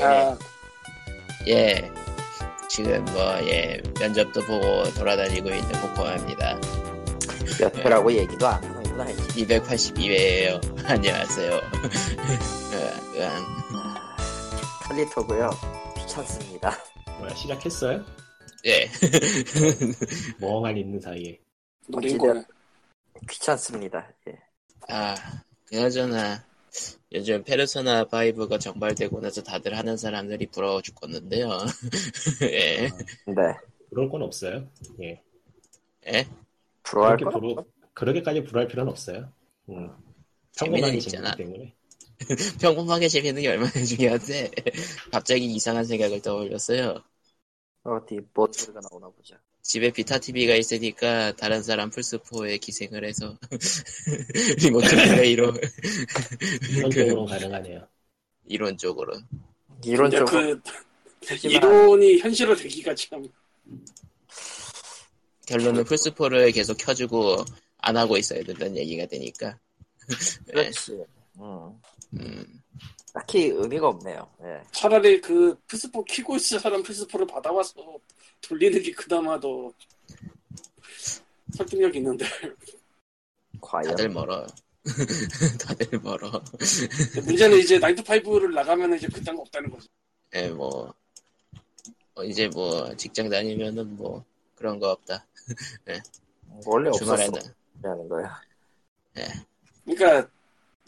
아, 예. 지금 뭐, 예, 면접도 보고 돌아다니고 있는 코코아입니다. 몇 회라고 얘기도 안 하는구나. 이제. 282회에요. 안녕하세요. 으, 으안. 칼리토고요. 귀찮습니다. 뭐야 시작했어요? 예. 멍하니 있는 사이에 노린 거네. 귀찮습니다. 예. 아, 그나저나, 요즘 페르소나 5가 정발되고 나서 다들 하는 사람들이 부러워 죽겠는데요. 예. 네. 그럴 건 없어요. 예. 예? 부러워할 그렇게 거 부러- 그렇게까지 불할 필요는 없어요. 음. 재미는 평범하게 있잖아. 재밌기 때문에. 평범하게 재밌는 게 얼마나 중요한데, 갑자기 이상한 생각을 떠올렸어요. 어디 뭔 소리가 나오나 보자. 집에 비타 TV가 있으니까 다른 사람 플스4에 기생을 해서 리모트 플레이로 그 현적으로 가능하네요. 이론적으로 근데 이론적으로 그 이론이 현실화 되기가 참 결론은 플스4를 계속 켜주고 안 하고 있어야 된다는 얘기가 되니까 그렇지. 예, 음. 음, 딱히 의미가 없네요. 예. 차라리 그 플스4 키고 있을 사람 플스4를 받아와서 돌리는 게 그나마 더 설득력 있는데 과연 다들 멀어 다들 멀어 근데 문제는 이제 나이트5를 나가면 이제 그딴 거 없다는 거지 예, 뭐 어, 이제 뭐 직장 다니면은 뭐 그런 거 없다 원래 없었어. 주말에는 라는 거야. 그러니까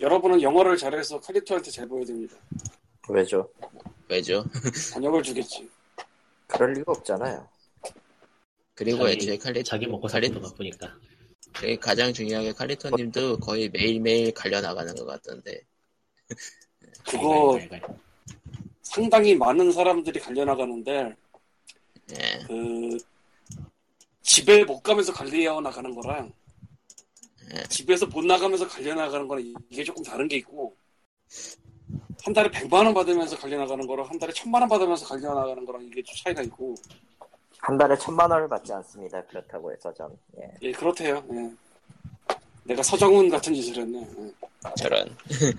여러분은 영어를 잘해서 칼리토한테 잘 보여야 됩니다 왜죠? 왜죠? 번역을 주겠지 그럴 리가 없잖아요. 그리고 자기- 애초에 칼리 자기 먹고 칼리- 살림도 바쁘니까. 그게 가장 중요한 게 칼리토님도 거의 매일매일 갈려 나가는 것 같던데 네, 그거 알갈, 알갈. 상당히 많은 사람들이 갈려나가는데 예, 그 집에 못 가면서 관리해 나가는 거랑 예. 집에서 못 나가면서 관리해 나가는 거랑 이게 조금 다른 게 있고 한 달에 100만 원 받으면서 관리해 나가는 거랑 한 달에 1000만 원 받으면서 관리해 나가는 거랑 이게 좀 차이가 있고 한 달에 천만 원을 받지 않습니다. 그렇다고 해서 전. 예. 예 그렇대요 예. 내가 서정훈 같은 짓을 했네 예. 저런 예.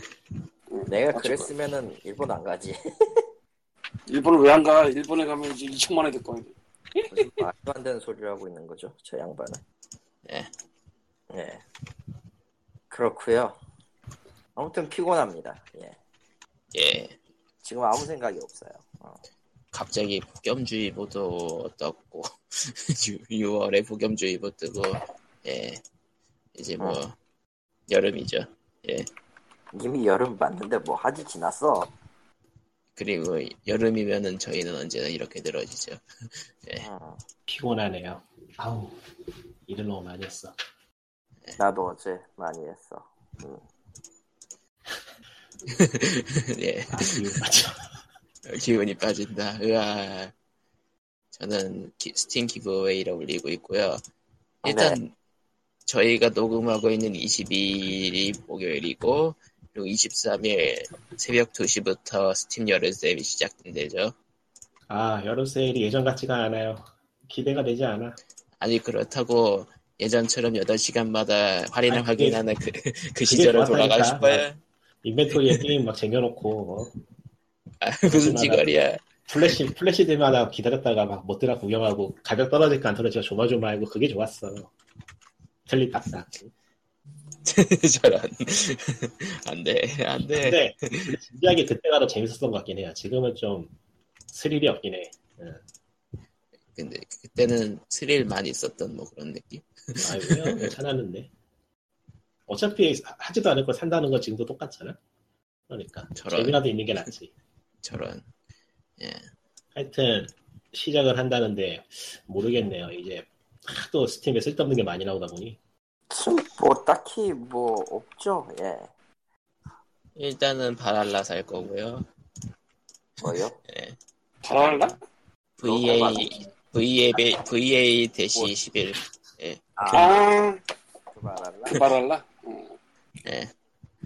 맞을 내가 거야. 그랬으면은 일본 안 가지. 일본을 왜 안 가? 일본에 가면 이제 2천만 원될 거야 무슨 말도 안 되는 소리를 하고 있는 거죠, 저 양반은. 예. 예. 그렇고요. 아무튼 피곤합니다. 예. 예 지금 아무 생각이 없어요. 어. 갑자기 폭염주의보도 떴고 6월에 폭염주의보 뜨고 예 이제 뭐 어. 여름이죠 이미 여름 맞는데 뭐 하지 지났어. 그리고 여름이면은 저희는 언제나 이렇게 늘어지죠 어. 피곤하네요. 아우 일을 너무 많이 했어. 아, 나도 어제 많이 했어. 예 아 기운 빠져. 기운이 빠진다 으아 저는 기- 스팀 기브웨이를 올리고 있고요 아, 일단 저희가 녹음하고 있는 22일이 목요일이고 그리고 23일 새벽 2시부터 스팀 열애 쌤이 시작된대죠 아 여름 세일이 예전 같지가 않아요. 기대가 되지 않아. 아니 그렇다고 예전처럼 8시간마다 할인을 아니, 그게- 확인하는 그, 그 시절을 좋았다니까. 돌아가고 싶어요? 인벤토리에 게임 막 쟁여놓고 어, 아, 무슨 그만하라. 짓거리야 플래시 플래시 되마다 기다렸다가 막 못 들어 구경하고 가격 떨어질까 안 떨어질까 조마조마하고 그게 좋았어. 틀리 딱딱. 저런 안돼 안돼 근데 진지하게 그때가 더 재밌었던 것 같긴 해요. 지금은 좀 스릴이 없긴 해. 근데 그때는 스릴 많이 있었던 뭐 그런 느낌 아이고요 괜찮았는데. 어차피 하지도 않을 걸 산다는 건 지금도 똑같잖아. 그러니까 저런. 재미라도 있는 게 낫지. 저런 하여튼 시작을 한다는데 모르겠네요. 이제 하도 스팀에 쓸데없는 게 많이 나오다 보니 지금 뭐 딱히 뭐 없죠. 예. 일단은 바랄라 살 거고요 예. 뭐요? 바랄라? VA VA VA 대시 뭐. 11 아, 아 그 말할라. 바랄라? 어. 예.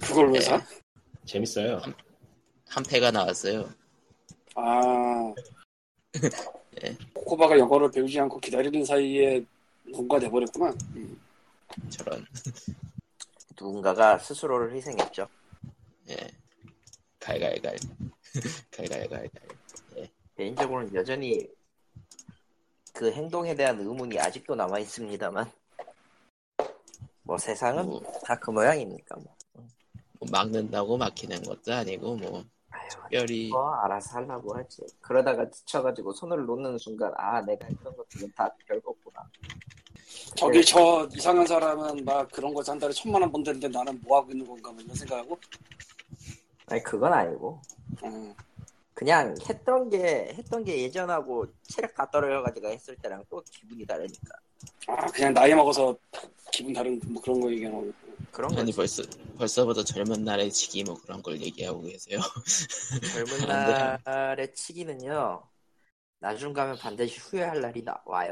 그걸 왜 예. 사? 재밌어요. 음, 한 패가 나왔어요 아. 예. 코코바가 영어를 배우지 않고 기다리는 사이에 뭔가 돼버렸구만. 저런 누군가가 스스로를 희생했죠. 예 갈갈갈 갈갈갈갈. 개인적으로는 여전히 그 행동에 대한 의문이 아직도 남아 있습니다만 뭐 세상은 뭐, 다 그 모양이니까 뭐. 뭐 막는다고 막히는 것도 아니고 뭐 아유, 별이 뭐 알아서 하려고 하지. 그러다가 지쳐가지고 손을 놓는 순간 아 내가 했던 것들은 다 별거구나. 예, 저기 예. 저 이상한 사람은 막 그런 거한 달에 천만 원 번다는데 나는 뭐 하고 있는 건가 뭐 이런 생각하고 아니 그건 아니고 어, 그냥 했던 게 했던 게 예전하고 체력 다 떨어져가지고 했을 때랑 또 기분이 다르니까 아 그냥 나이 먹어서 기분 다른 뭐 그런 거 얘기하는 거고 그런 아니 거지. 벌써 벌써부터 젊은 날의 지기 뭐 그런 걸 얘기하고 계세요. 젊은 안 날의 치기는요. 나중 가면 반드시 후회할 날이 나, 와요.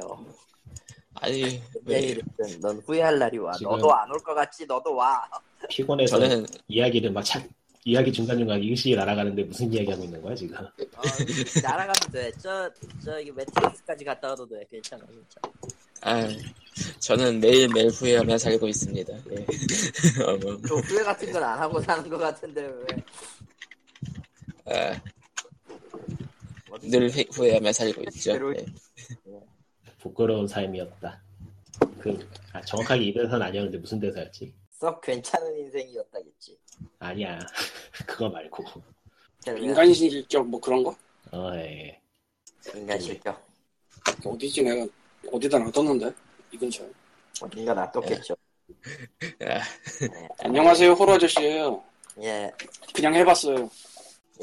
아니 왜 내일은 넌 후회할 날이 와. 지금- 너도 안 올 것 같지? 너도 와. 피곤해서 저는 이야기를 막 착, 이야기 중간중간 일시 날아가는데 무슨 이야기하고 있는 거야 지금? 어, 날아가도 돼. 저 저기 매트릭스까지 갔다 와도 돼. 괜찮아 진짜. 아 저는 매일 매일 후회하며 살고 있습니다. 예. 어머, 뭐, 또 후회 같은 건 안 하고 사는 것 같은데 왜? 아, 어디- 늘 회- 후회하며 살고 있죠. 예. 부끄러운 삶이었다. 그 아, 정확하게 이 대사는 아니었는데 무슨 대사였지? 썩 괜찮은 인생이었다겠지. 아니야 그거 말고 예. 인간 신격뭐 그런 거 어, 예. 인간 실격. 어디지 내가 어디다 놔뒀는데 이 근처에 어딘가 놔뒀겠죠. 아, 네. 안녕하세요 호로 아저씨예요 예. 그냥 해봤어요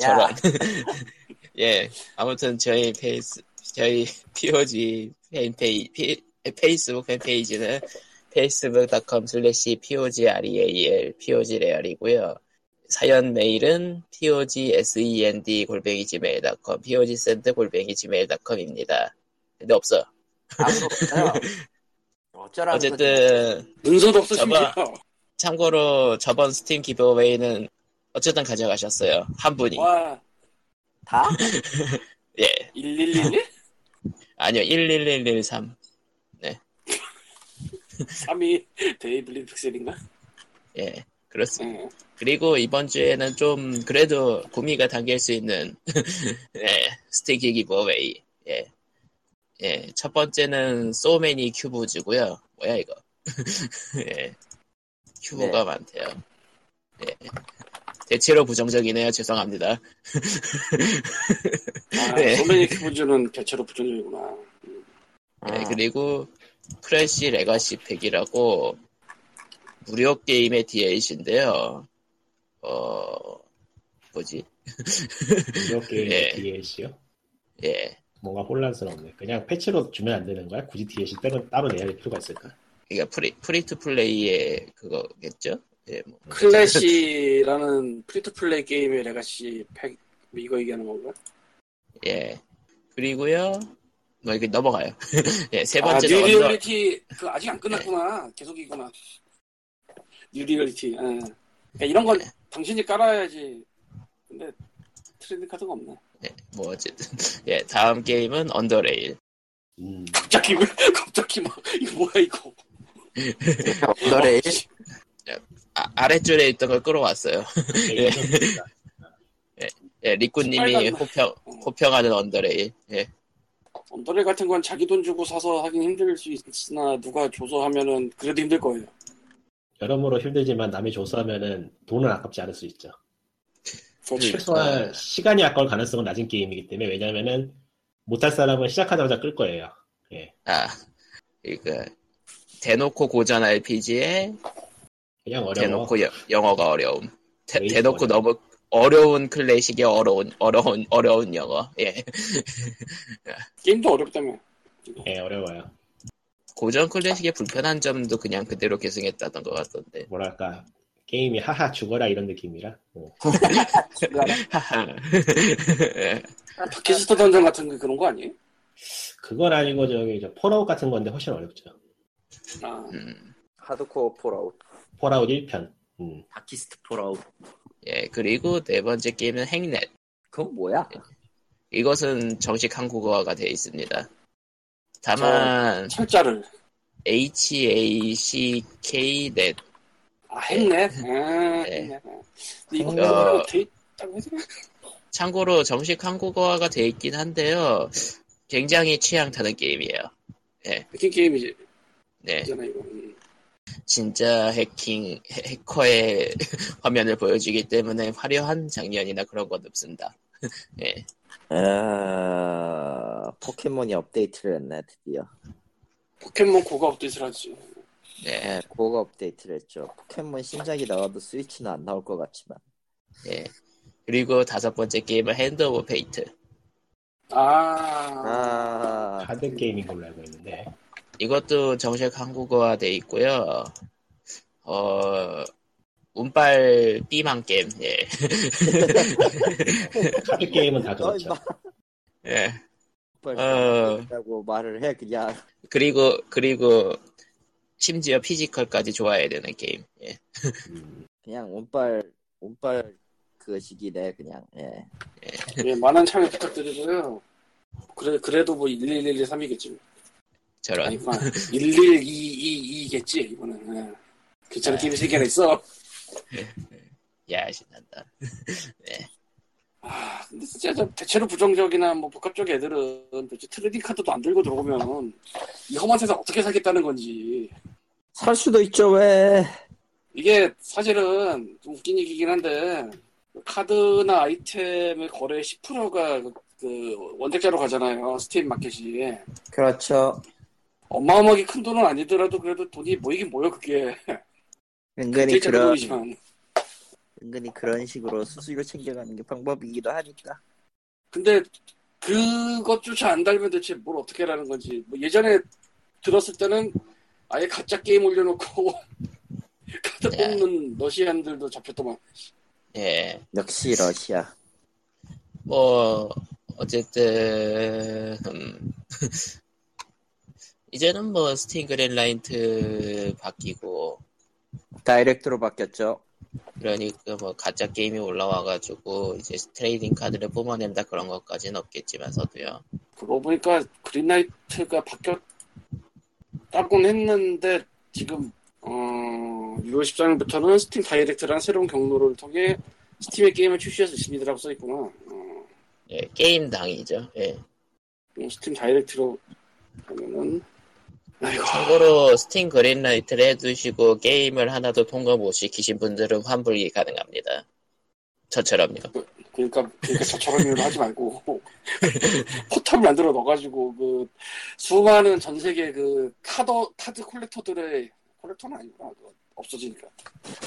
야, 저런. 예, 아무튼 저희 페이스, 저희 POG 팬페이, 피, 페이스북 팬페이지는 facebook.com slash E pogreal, pogreal이고요. 사연 메일은 pogsend E 골뱅이 gmail.com, pogsend 골뱅이 gmail.com입니다. 근데 없어. 아무도 없어요. 어쩌라는 어쨌든, 문서도 없어 잡아. 심지어 참고로 저번 스팀 기브웨이는 어쨌든 가져가셨어요. 한 분이. 와 거지? 다? 예. 1111? 아니요, 11113. 3이 데이블리 픽셀인가? 예. 그렇습니다. 응. 그리고 이번 주에는 좀 그래도 구미가 당길 수 있는 예, 스티키 기브웨이 예. 예, 첫 번째는 소매니 큐브즈고요 뭐야 이거 예. 큐브가 네. 많대요 예. 대체로 부정적이네요 죄송합니다 예, 아, 네. 소매니 큐브즈는 대체로 부정적이구나 아. 예, 그리고 크래시 레거시 팩이라고 무료 게임의 DLC인데요 어 뭐지 이렇게 예. DLC요? 예 뭔가 혼란스럽네. 그냥 패치로 주면 안 되는 거야? 굳이 DLC 따로 따로 내야 될 필요가 있을까? 그러니까 프리 프리투 플레이의 그거겠죠? 예, 뭐. 클래시라는 프리투플레이 게임의 레가시 팩뭐 이거 얘기하는 건가? 예. 그리고요. 뭐 이렇게 넘어가요. 예, 세 아, 번째는 언더, 네. 뉴리얼리티 그 아직 안 끝났구나 계속이구나 뉴리얼리티 예. 그러니까 이런 네. 건 당신이 깔아야지 근데 트레이드 카드가 없네 예, 뭐 어쨌든 예, 다음 게임은 언더레일. 음, 갑자기 왜 갑자기 막 이거 뭐야 이거 음. 너를 아, 아랫줄에 있던 걸 끌어왔어요. 예. 예, 리꾸님이 빨간- 호평 호평하는 언더레일. 예, 언더레 같은 건 자기 돈 주고 사서 하긴 힘들 수 있으나 누가 줘서 하면은 그래도 힘들 거예요 여러모로 힘들지만 남이 조수하면은 돈은 아깝지 않을 수 있죠. 네. 그렇지 최소한 시간이 아까울 가능성은 낮은 게임이기 때문에 왜냐면은 못할 사람은 시작하자마자 끌 거예요. 아, 그러니까 대놓고 고전 RPG에 그냥 어려워. 대놓고 여- 영어가 어려움. 대, 왜 대놓고 어려워? 너무 어려운 클래식의 어려운 어려운 어려운 영어. 예. 게임도 어렵다며 예, 어려워요. 고전 클래식의 불편한 점도 그냥 그대로 계승했다던 것 같던데. 뭐랄까 게임이 하하 죽어라 이런 느낌이라. 어. 하하. 예. 팟캐스트 던전 같은 게 그런 거 아니에요? 그건 아니고 저기 저 폴아웃 같은 건데 훨씬 어렵죠. 아, 음. 하드코어 폴아웃, 폴아웃 1편. 음. 다키스트 폴아웃. 예, 그리고 네 번째 게임은 행넷. 그건 뭐야? 이것은 정식 한국어가 되어 있습니다. 다만 철자를 H A C K 넷. 아 했네. 아, 네. 했네. 근데 이거 어. 돼 있다고 해서 참고로 정식 한국어화가 돼 있긴 한데요. 굉장히 취향 타는 게임이에요. 해킹 그 게임이잖아 네, 이거. 음. 진짜 해킹 해- 해커의 화면을 보여주기 때문에 화려한 장면이나 그런 건 없습니다. 아, 포켓몬이 업데이트를 했네 드디어. 포켓몬 고가 업데이트를 하지. 네, 네, 고가 업데이트를 했죠. 포켓몬 신작이 나와도 스위치는 안 나올 것 같지만. 예. 그리고 다섯 번째 게임은 핸드 오브 페이트. 아, 아, 카드 게임인 걸로 알고 있는데 이것도 정식 한국어화 돼 있고요. 어, 운빨 삐망 게임. 예. 카드 게임은 아, 다 그렇죠. 예. 어. 라고 말을 해 그냥. 그리고 그리고 심지어 피지컬까지 좋아야 되는 게임. 예. 음, 그냥 운빨 운빨 그 시기네 그냥 예. 예, 많은 참여 부탁드리고요. 그래, 그래도 뭐 11113이겠지. 저런. 아니구나. 11222겠지, 이거는. 예. 괜찮은 게임이 3개나 있어. 야 신난다. 아, 근데 진짜 저 대체로 부정적이나 뭐 복합적 애들은 도대체 트레이딩 카드도 안 들고 들어오면 이 험한 세상 어떻게 살겠다는 건지. 살 수도 있죠 왜? 이게 사실은 좀 웃긴 얘기긴 한데 그 카드나 아이템의 거래의 10%가 그 원택자로 가잖아요. 스팀 마켓이. 그렇죠. 어마어마하게 큰 돈은 아니더라도 그래도 돈이 모이긴 모여 그게. 은근히 실제 그런 돈이지만. 은근히 그런 식으로 수수료 챙겨가는 게 방법이기도 하니까. 근데 그것조차 안 달면 대체 뭘 어떻게 하라는 건지 뭐 예전에 들었을 때는 아예 가짜 게임 올려놓고 카드 네. 뽑는 러시안들도 잡혔더만 예. 역시 러시아. 뭐 어쨌든 음. 이제는 뭐 스팀 그랜라인트 바뀌고 다이렉트로 바뀌었죠. 그러니까 뭐 가짜 게임이 올라와가지고 이제 트레이딩 카드를 뿜어낸다 그런 것까지는 없겠지만서도요. 그러고 보니까 그린라이트가 바뀌었다곤 했는데 지금 어, 6월 13일부터는 스팀 다이렉트라는 새로운 경로를 통해 스팀의 게임을 출시할 수 있습니다라고 써있구나 어, 예, 게임 당이죠. 예. 스팀 다이렉트로 하면은 아이고 참고로 스팀 그린라이트를 해두시고 게임을 하나도 통과 못 시키신 분들은 환불이 가능합니다. 저처럼요. 그러니까 그러니까 저처럼 일을 하지 말고 포탑 만들어 넣어가지고 그 수많은 전 세계 그 카드 카드 콜렉터들의 콜렉터는 아니구나 그거 없어지니까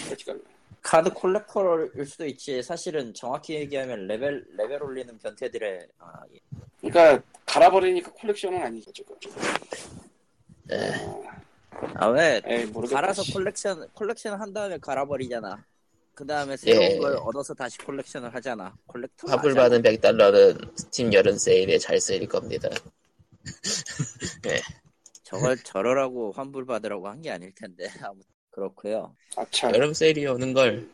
그러니까 카드 콜렉터일 수도 있지. 사실은 정확히 얘기하면 레벨 레벨 올리는 변태들의 아, 예. 그러니까 갈아버리니까 콜렉션은 아니죠 지금 예. 아, 왜 에이 모르겠다 갈아서 콜렉션 콜렉션 한 다음에 갈아버리잖아. 그 다음에 새로운 예. 걸 얻어서 다시 콜렉션을 하잖아. 콜렉터 환불 받은 100달러는 스팀 여름 세일에 잘 쓰일 겁니다. 저걸 저러라고 환불 받으라고 한 게 아닐 텐데 아무튼 그렇고요. 아참 여름 세일이 오는 걸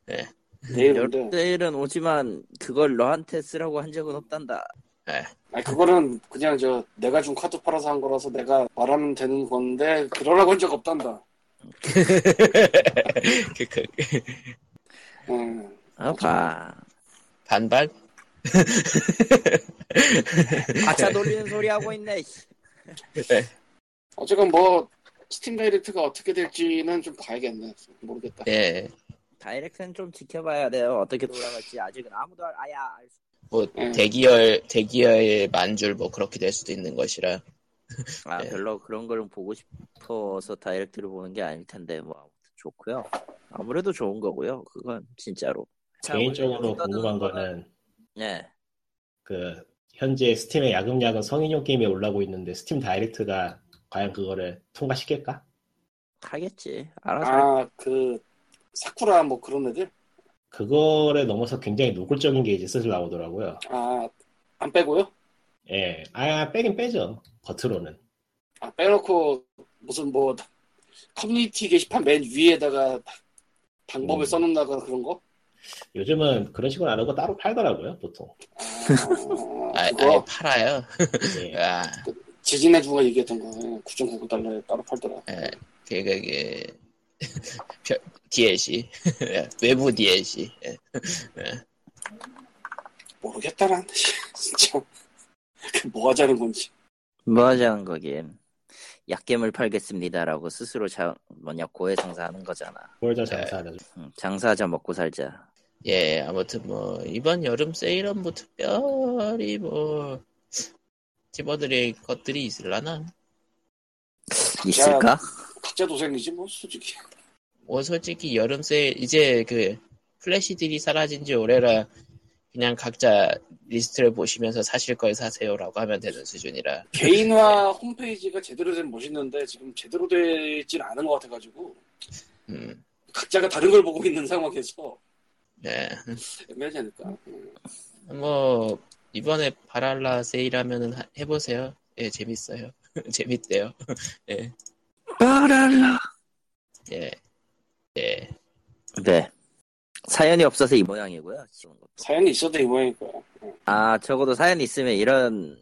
내일인데 열대일은 오지만 그걸 너한테 쓰라고 한 적은 없단다. 아니 그거는 그냥 저 내가 준 카드 팔아서 한 거라서 내가 말하면 되는 건데 그러라고 한 적 없단다 그, 그, 음. 아 봐. 반발? 아차 돌리는 소리 하고 있네. 씨. 예. 어쨌건 뭐 스팀 다이렉트가 어떻게 될지는 좀 봐야겠네 모르겠다 예. 다이렉트는 좀 지켜봐야 돼요. 어떻게 돌아갈지 아직은 아무도 알- 아야 알 수. 뭐 음. 대기열 대기열 만줄 뭐 그렇게 될 수도 있는 것이라 아 네. 예. 별로 그런 걸 보고 싶어서 다이렉트를 보는 게 아닐 텐데 뭐 아무튼 좋고요. 아무래도 좋은 거고요. 그건 진짜로. 뭐, 개인적으로 궁금한 거는 예. 그 현재 스팀의 야금야금 성인용 게임이 올라오고 있는데 스팀 다이렉트가 과연 그거를 통과시킬까? 하겠지. 알아서. 할- 아 그 사쿠라 뭐 그런 애들 그거를 넘어서 굉장히 노골적인 게 이제 슬슬 나오더라고요. 아, 안 빼고요? 예, 아 빼긴 빼죠. 겉으로는 아, 빼놓고 무슨 뭐 커뮤니티 게시판 맨 위에다가 방법을 음. 써놓는다거나 그런 거? 요즘은 그런 식으로 안 하고 따로 팔더라고요, 보통. 아, 아, 그거 아예 팔아요. 예. 아, 지진해 누가 얘기했던 거 예, 9.99달러에 따로 팔더라. 예. 그, 그, 그, 별- DLC. 예, 외부 DLC. 예. 모르겠다라는 뜻이 진짜 그뭐 하자는 건지 뭐 하자는 거긴 약겜을 팔겠습니다라고 스스로 자, 뭐냐 고해성사하는 거잖아. 월자 네. 장사하자. 음, 장사하자 먹고 살자. 예, 아무튼 뭐 이번 여름 세일은 뭐 특별히 뭐 집어드릴 것들이 있을라나? 있을까? 각자 도생이지 뭐 솔직히 뭐 솔직히 여름 세일 이제 그 플래시들이 사라진 지 오래라 그냥 각자 리스트를 보시면서 사실 걸 사세요라고 하면 되는 수준이라 개인화 홈페이지가 제대로 된 멋있는데 지금 제대로 되진 않은 것 같아가지고 음, 각자가 다른 걸 보고 있는 상황에서 예. 애매하지 않을까 음. 뭐 이번에 바랄라 세일하면은 하- 해보세요 예 재밌어요 재밌대요 바랄라. 예 예. 네. 사연이 없어서 이 모양이고요. 지금 것도. 사연이 있어도 이 음. 모양이니까 아 적어도 사연 이 있으면 이런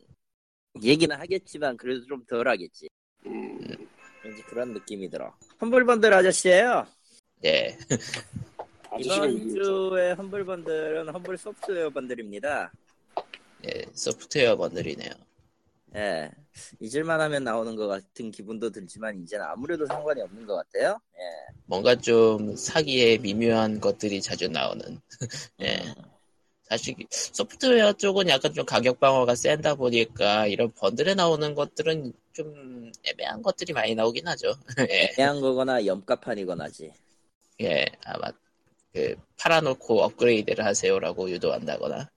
얘기는 하겠지만 그래도 좀 덜하겠지. 음. 왠지 그런 느낌이 들어. 험블번들 아저씨예요. 예. 아저씨가 이번 위기입니다. 주에 험블번들은 험블 소프트웨어 번들입니다. 예, 소프트웨어 번들이네요. 예. 잊을만 하면 나오는 것 같은 기분도 들지만 이제는 아무래도 상관이 없는 것 같아요. 예. 뭔가 좀 사기에 미묘한 것들이 자주 나오는. 예. 사실 소프트웨어 쪽은 약간 좀 가격 방어가 센다 보니까 이런 번들에 나오는 것들은 좀 애매한 것들이 많이 나오긴 하죠. 예. 애매한 거거나 염가판이거나지. 예. 아마 그 팔아놓고 업그레이드를 하세요라고 유도한다거나.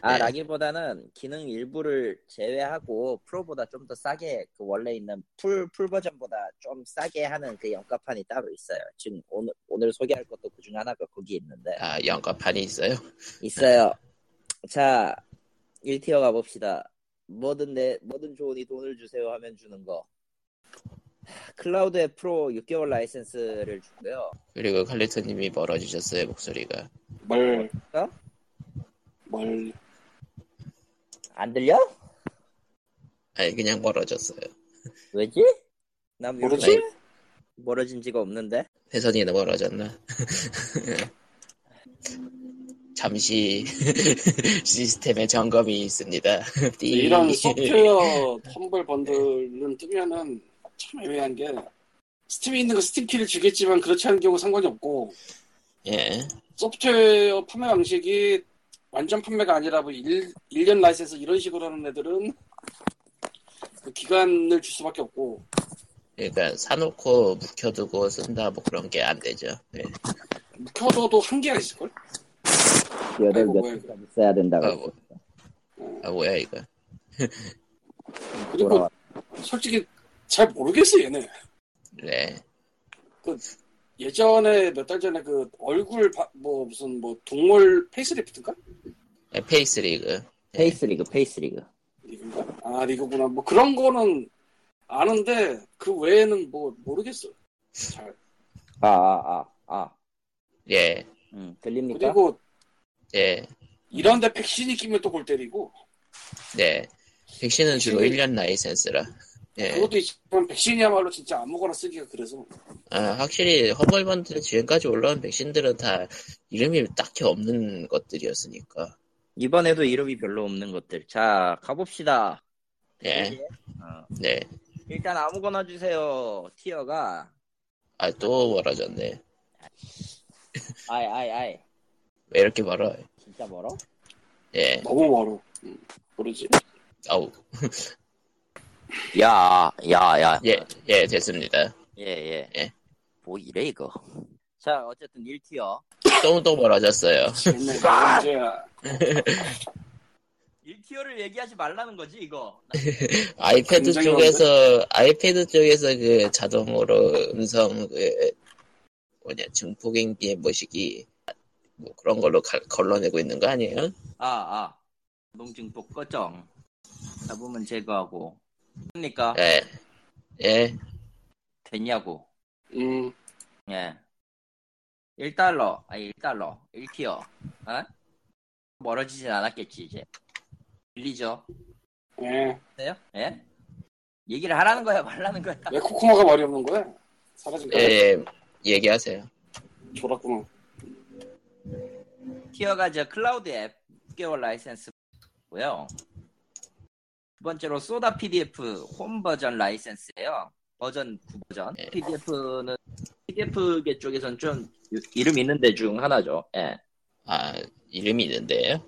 아, 네. 라기보다는 기능 일부를 제외하고 프로보다 좀 더 싸게 그 원래 있는 풀, 풀 버전보다 좀 싸게 하는 그 염가판이 따로 있어요. 지금 오늘, 오늘 소개할 것도 그 중 하나가 거기 있는데. 아 연가판이 있어요. 있어요. 자, 1티어 가봅시다. 뭐든 내, 뭐든 좋으니 돈을 주세요 하면 주는 거. 클라우드의 프로 6개월 라이센스를 주고요. 그리고 칼리터님이 멀어지셨어요 목소리가. 뭘 어? 뭘, 안 들려? 아니 그냥 멀어졌어요. 왜지? 난 모르지? 모르지? 멀어진 지가 없는데? 회선이 멀어졌나? 잠시 시스템에 점검이 있습니다. 띠. 이런 소프트웨어 텀블 번들은 뜨면은 참 애매한 게 스팀에 있는 거 스팀 키를 주겠지만 그렇지 않은 경우 상관이 없고 예, 소프트웨어 판매 방식이 완전 판매가 아니라 뭐 1, 일년 라이센스 이런 식으로 하는 애들은 그 기간을 줄 수밖에 없고 그러니까 사놓고 묵혀두고 쓴다 뭐 그런 게 안 되죠. 예. 묵혀둬도 한계가 있을걸? 여덟 아이고, 몇 뭐야, 시간 써야 된다고. 아, 뭐. 아 뭐야 이거? 그리고 돌아와. 뭐 솔직히 잘 모르겠어 얘네 네, 예전에 몇 달 전에 그 얼굴 바- 뭐 무슨 뭐 동물 페이스리프트인가? 예, 페이스리그. 페이스리그, 페이스리그. 리그인가? 아 리그구나 뭐 그런 거는 아는데 그 외에는 뭐 모르겠어 잘 아, 아, 아, 아. 예, 음, 들립니까? 그리고 예, 이런데 백신이 끼면 또 골 때리고 네. 백신은 주로 백신이- 1년 라이센스라. 예. 그것도 있지만 백신이야말로 진짜 아무거나 쓰기가 그래서 아, 확실히 허벌번들 지금까지 올라온 백신들은 다 이름이 딱히 없는 것들이었으니까. 이번에도 이름이 별로 없는 것들. 자, 가봅시다. 예, 어, 네. 일단 아무거나 주세요. 티어가. 아 또 멀어졌네. 아이, 아이, 아이. 왜 이렇게 멀어? 진짜 멀어? 예, 너무 멀어 음, 모르지 아우, 야, 야, 야. 예, 예, 됐습니다. 예, 예. 예. 뭐 이래, 이거. 자, 어쨌든 1티어. 너무 또 멀어졌어요. 맨날 아! 이런 문제야 1티어를 얘기하지 말라는 거지, 이거. 아이패드 굉장히 쪽에서 아이패드 쪽에서 그 자동으로 음성 그 뭐냐 증폭행비 모시기 뭐 그런 걸로 갈- 걸러내고 있는 거 아니에요? 아, 아. 농증폭 꺼정. 잡으면 제거하고. 그러니까, 예, 예, 됐냐고. 음 예. 1달러, 아니 1달러, 1티어. 어? 멀어지진 않았겠지, 이제. 들리죠? 예. 돼요? 예? 얘기를 하라는 거야, 말라는 거야? 왜 코코마가 말이 없는 거야? 사라진 예, 거야? 예, 얘기하세요. 졸았구나 티어가 저 클라우드 앱 6개월 라이센스고요. 두 번째로 소다 PDF 홈 버전 라이센스예요. 버전 9버전. 예. PDF는 PDF계 쪽에선 좀 유- 이름 있는 데 중 하나죠. 예. 아 이름이 있는데요.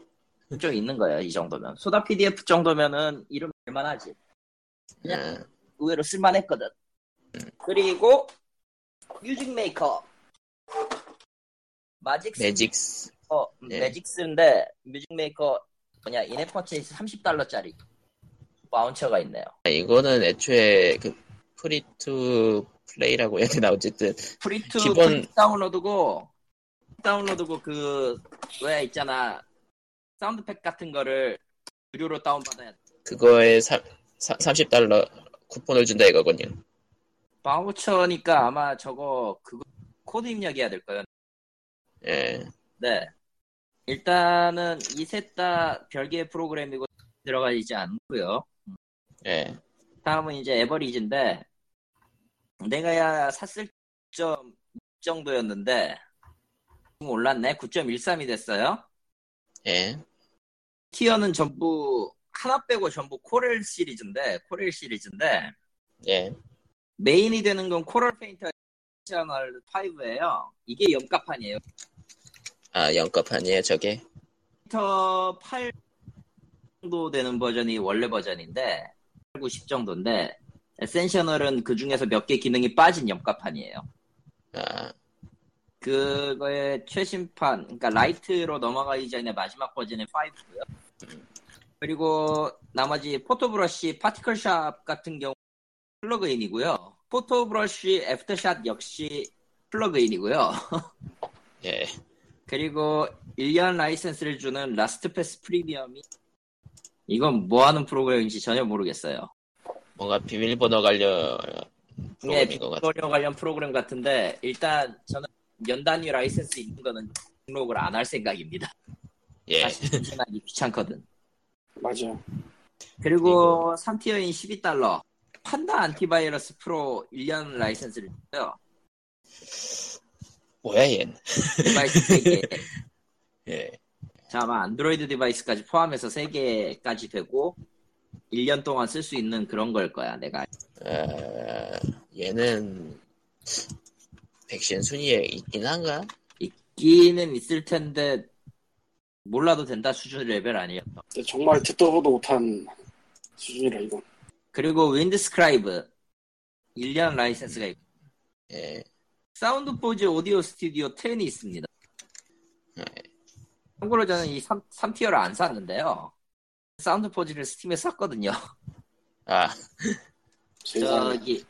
좀 있는 거예요. 이 정도면. 소다 PDF 정도면은 이름 될만하지. 아, 의외로 쓸만했거든. 그리고 뮤직 메이커. 마직스 매직스 어, 예. 매직스인데 뮤직메이커 뭐냐 인앱 퍼체이스 30달러짜리 와운처가 있네요. 아, 이거는 애초에 그 프리 투 플레이라고 해야 되나 어쨌든 프리투 기본- 프리 다운로드고 다운로드고 그 왜 있잖아 사운드팩 같은 거를 무료로 다운받아야 돼. 그거에 사, 사, 30달러 쿠폰을 준다 이거군요. 와우처니까 아마 저거 그거 코드 입력해야 될 거예요. 예. 네. 일단은 이 셋 다 별개의 프로그램이고 들어가 있지 않고요. 예. 다음은 이제 에버리지인데 내가 야 샀을 점 정도였는데 좀 올랐네 9.13이 됐어요 예. 티어는 전부 하나 빼고 전부 코렐 시리즈인데 코렐 시리즈인데 예. 메인이 되는 건 코럴 페인터 채널 5예요 이게 염가판이에요 아 영가판이에요 저게. 페인터 8 정도 되는 버전이 원래 버전인데 90 정도인데 에센셔널은 그 중에서 몇 개 기능이 빠진 염가판이에요 아 그거의 최신판, 그러니까 라이트로 넘어가기 전에 마지막 버전의 5고요. 그리고 나머지 포토브러쉬 파티클샵 같은 경우 플러그인이고요. 포토브러쉬 애프터샷 역시 플러그인이고요. 예. 그리고 1년 라이센스를 주는 라스트 패스 프리미엄이 이건 뭐 하는 프로그램인지 전혀 모르겠어요. 뭔가 비밀번호 관련 예, 프로그램인 것 같아. 빅토리오 관련 프로그램 같은데 일단 저는 연 단위 라이센스 있는 거는 등록을 안 할 생각입니다. 예. 다시 변신하기 귀찮거든. 맞아. 그리고 3티어인 12달러. 판다 안티바이러스 프로 1년 라이센스를 줘요. 뭐야 얜. 디바이스 3개. 예. 자, 아마 안드로이드 디바이스까지 포함해서 3개까지 되고, 1년 동안 쓸 수 있는 그런 걸 거야, 내가. 아, 얘는 백신 순위에 있긴 한가? 있기는 있을 텐데, 몰라도 된다 수준 레벨 아니에요. 근데 정말 듣도 보도 못한 수준이라 이건. 그리고 윈드스크라이브. 1년 라이센스가 있고, 예. 사운드 포즈 오디오 스튜디오 10이 있습니다. 네. 참고로 저는 이 3, 티어를안 샀는데요. 사운드 포즈를 스팀에 샀거든요. 아 네. 세상에. 저기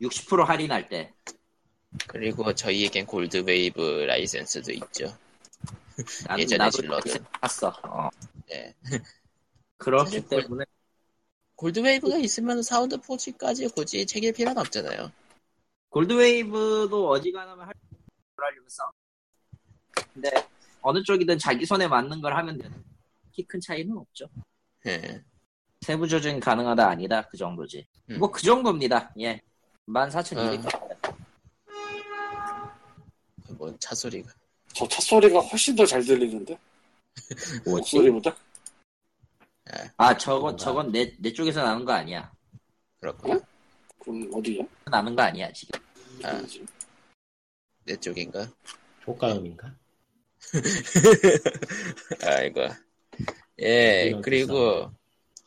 60% 할인할 때. 그리고 저희에겐 골드웨이브 라이센스도 있죠. 난, 예전에 나도 질러드. 그렇게 샀어. 어. 예. 그렇기 사실 뭐 때문에 골드웨이브가 있으면 사운드 포지까지 굳이 챙길 필요는 없잖아요. 골드웨이브도 어지간하면 할 하려면 싸. 근데 어느 쪽이든 자기 손에 맞는 걸 하면 되는. 키 큰 차이는 없죠. 예. 세부 조정이 가능하다 아니다 그 정도지. 음. 뭐 그 정도입니다. 예. 14,200원. 뭐 뭔차 소리가. 저 차 소리가 훨씬 더 잘 들리는데? 목소리보다? 아 저거 저건 내 내 쪽에서 나는 거 아니야. 그렇구나. 그럼 어디야? 나는 거 아니야 지금. 아. 어디지? 내 쪽인가? 효과음인가? 아이고. 예, 이런 그리고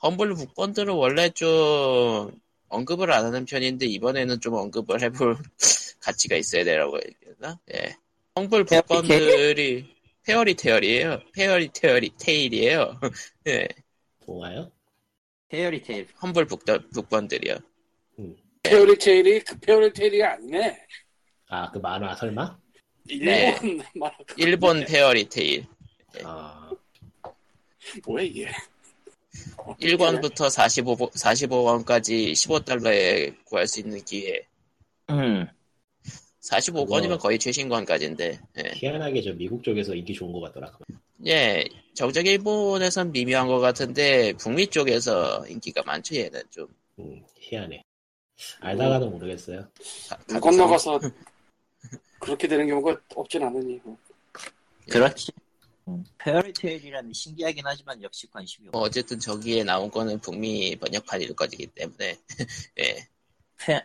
험블 북번들은 원래 좀 언급을 안 하는 편인데 이번에는 좀 언급을 해볼 가치가 있어야 되라고 해야 되나? 예. 험블 페어리 북번들이 페어리 테어리예요. 페어리 테어리 테일이에요. 예. 뭐가요? 페어리 테일. 험블 북더, 북번들이요. 페어리 테일이 그 페어리 테일이 아니네. 아 그 만화 설마? 네. 일본 말 일본 페어리 테일. 네. 아 뭐야 이게? 1권부터 45, 45권까지 15달러에 구할 수 있는 기회. 음. 45권이면 그거- 어. 거의 최신권까지인데. 예. 희한하게 저 미국 쪽에서 인기 좋은 것 같더라. 예, 정작 일본에선 미묘한 것 같은데 북미 쪽에서 인기가 많죠 얘는 좀. 음 희한해. 뭐, 알다가는 모르겠어요. 가- 물 가격 건너가서 그렇게 되는 경우가 없진 않으니. 뭐. 예. 그렇지. 음. 페어리테일이라는 신기하긴 하지만 역시 관심이 없어. 뭐 어쨌든 저기에 나온 거는 북미 번역판일 것이기 때문에 예. 페...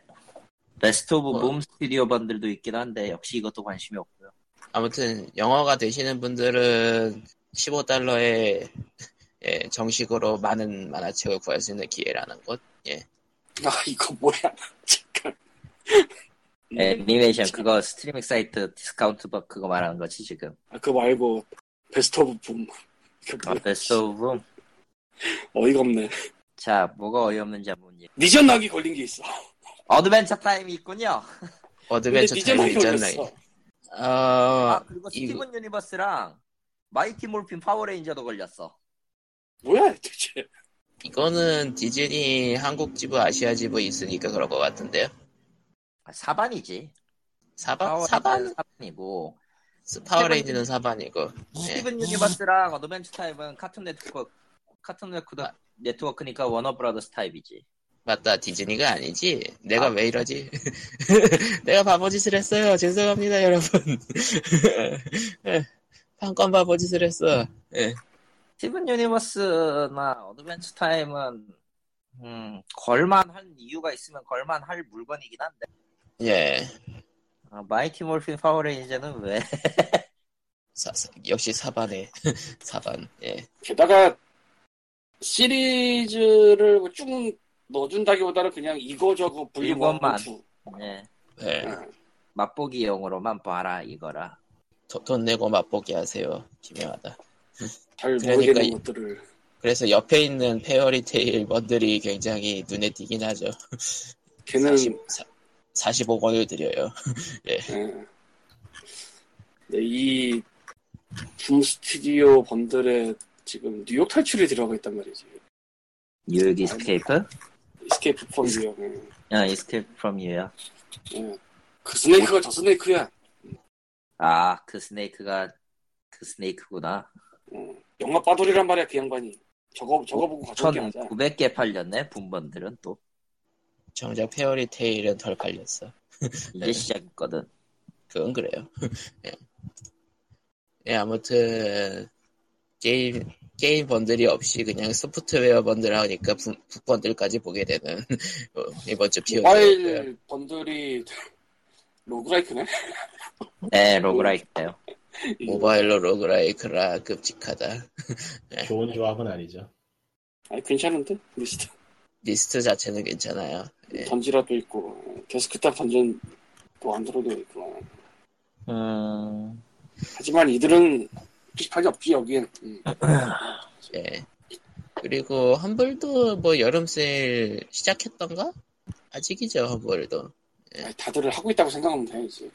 베스트 오브 뭐. 몸 스튜디오 번들도 있긴 한데 역시 이것도 관심이 없고요. 아무튼 영어가 되시는 분들은 15달러에 예, 정식으로 많은 만화책을 구할 수 있는 기회라는 것. 아 이거 뭐야? 잠깐. 네, 음. 애니메이션 그거 스트리밍 사이트 디스카운트 버 그거 말하는 거지 지금. 아, 그거 말고 베스트 오브 붐. 이거 아, 뭐야? 베스트 오브 몸. 어이가 없네. 자 뭐가 어이없는지 한번 얘기. 니전 낙이 걸린 게 있어. 어드벤처 타임이 있군요. 근데 어드벤처 니전 타임 낙이 있잖아요. 걸렸어. 어, 아 그리고 이거- 스티븐 유니버스랑 마이티 몰핀 파워레인저도 걸렸어. 뭐야 대체? 이거는 디즈니 한국 지부, 아시아 지부 있으니까 그럴 것 같은데요. 아, 사반이지. 아, 사반, 파워레인저는 사반, 사반이고 파워레인지는 사반이고. 예. 스티븐 유니버스랑 어드벤처 타임은 카툰 네트워크 카툰 네트워크 네트워크니까 워너브라더스 타입이지. 맞다, 디즈니가 아니지. 내가 왜 이러지? 내가 바보짓을 했어요. 죄송합니다, 여러분. 예. 방금 바보짓을 했어. 스티븐 유니버스나 어드벤처 타임은 음, 걸만한 이유가 있으면 걸만할 물건이긴 한데 예. 아, 마이티 몰핀 파워레인저는 왜 사, 사- 역시 사반에 사반 예 게다가 시리즈를 뭐쭉 넣어준다기보다는 그냥 이거 저거 분류 일본만. 모아놓고 네, 예. 맛보기용으로만 봐라 이거라 도- 돈 내고 맛보기 하세요 기묘하다 잘 그러니까 모르겠는 이- 것들을 그래서 옆에 있는 페어리테일 번들이 굉장히 눈에 띄긴 하죠 걔는 40, 45권을 드려요 예. 네, 이 붐스튜디오 번들에 지금 뉴욕 탈출이 들어가 있단 말이지. 뉴욕 이스케이프? 이스케이프 폰 뉴욕. 예. 아 이스케이프 프롬 뉴욕 예. 그 스네이크가 저 스네이크야. 아그 스네이크가 그 스네이크구나 예. 영화 빠돌이란 말이야 그 양반이. 저거 저거 보고 가져온 게 아니야. 1900개 팔렸네 분번들은 또 정작 페어리테일은 덜 팔렸어 이제 네. 시작했거든 그건 그래요 예. 예, 아무튼 게임 게임 번들이 없이 그냥 소프트웨어 번들 하니까 북- 북번들까지 보게 되는 어, 이번 주 피오 모바일 번들이 로그라이크네. 네 로그라이크예요 모바일로 로그라이크라 끔찍하다. 네. 좋은 조합은 아니죠. 아 괜찮은데 리스트 리스트 자체는 괜찮아요. 예. 던지라도 있고 데스크탑 던전 또 안드로이드 있고. 음... 하지만 이들은 비판이 없지 여기엔. 음. 예. 그리고 험블도 뭐 여름 세일 시작했던가? 아직이죠 험블도 아니, 다들 하고 있다고 생각하면 돼 이제.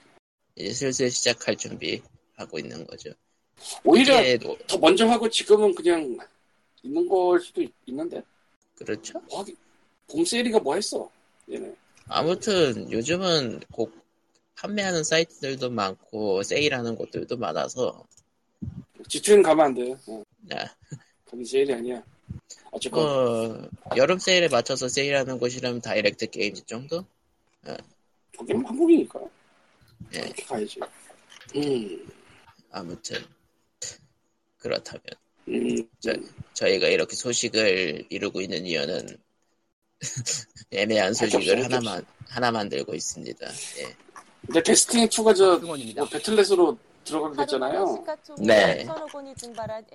이제 슬슬 시작할 준비 하고 있는 거죠. 오히려 이게 뭐, 노- 더 먼저 하고 지금은 그냥 있는 걸 수도 있, 는데 그렇죠. 뭐 하기 봄세리가 뭐 했어 얘네 아무튼 요즘은 곡 판매하는 사이트들도 많고 세일하는 곳들도 많아서 지트는 가면 안돼 아, 거기 어, 세일이 아니야 어쨌건 어, 여름 세일에 맞춰서 세일하는 곳이라면 다이렉트 게임즈 정도? 거기는 한국이니까 예. 그렇게 가야지 음, 아무튼 그렇다면 음. 자, 저희가 이렇게 소식을 이루고 있는 이유는 애매한 소식을 없어요, 하나만 하나만 들고 있습니다. 예. 근데 데스티니 2가 저 승원입니다. 뭐 배틀넷으로 들어가게 됐잖아요 네.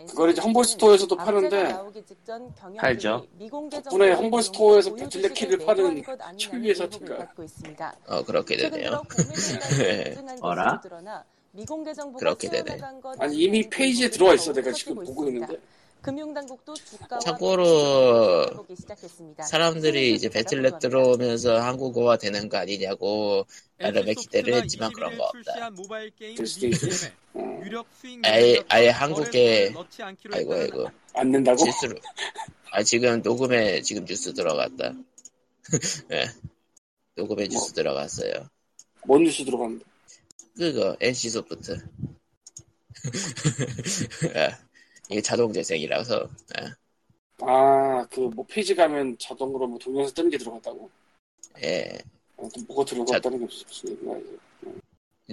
그걸 이제 험볼 스토어에서도 파는데 팔죠. 덕분에 덕분에 험벌 험벌 스토어에서 스토어에서 배틀넷 배틀넷 키를 키를 파는 초유의 파는 초유의 사태가. 사태가 갖고 있습니다. 어 그렇게 되네요. 어라? 그렇게 되네. 아니 이미 페이지에 들어와 있어 내가 지금 보고 있는데 금융당국도 주가와 참고로 보기 시작했습니다. 사람들이 이제 배틀넷 들어오면서 한국어화 되는 거 아니냐고 나름의 기대를 했지만 그런 거 없다. 데스티니 2 어, 아예 아예 한국에 아이고 아이고 아이고 안 된다고? 실수로 아 지금 녹음에 지금 뉴스 들어갔다. 예. 녹음에 뉴스 들어갔어요. 뭔 뉴스 들어갔는데 그거 NC 소프트. 아, 이게 자동 재생이라서 아, 아그 뭐 페이지 가면 자동으로 뭐 동영상 뜨는 게 들어갔다고? 예 아, 또 뭐가 들어갔다는 게 무슨 얘기야 이게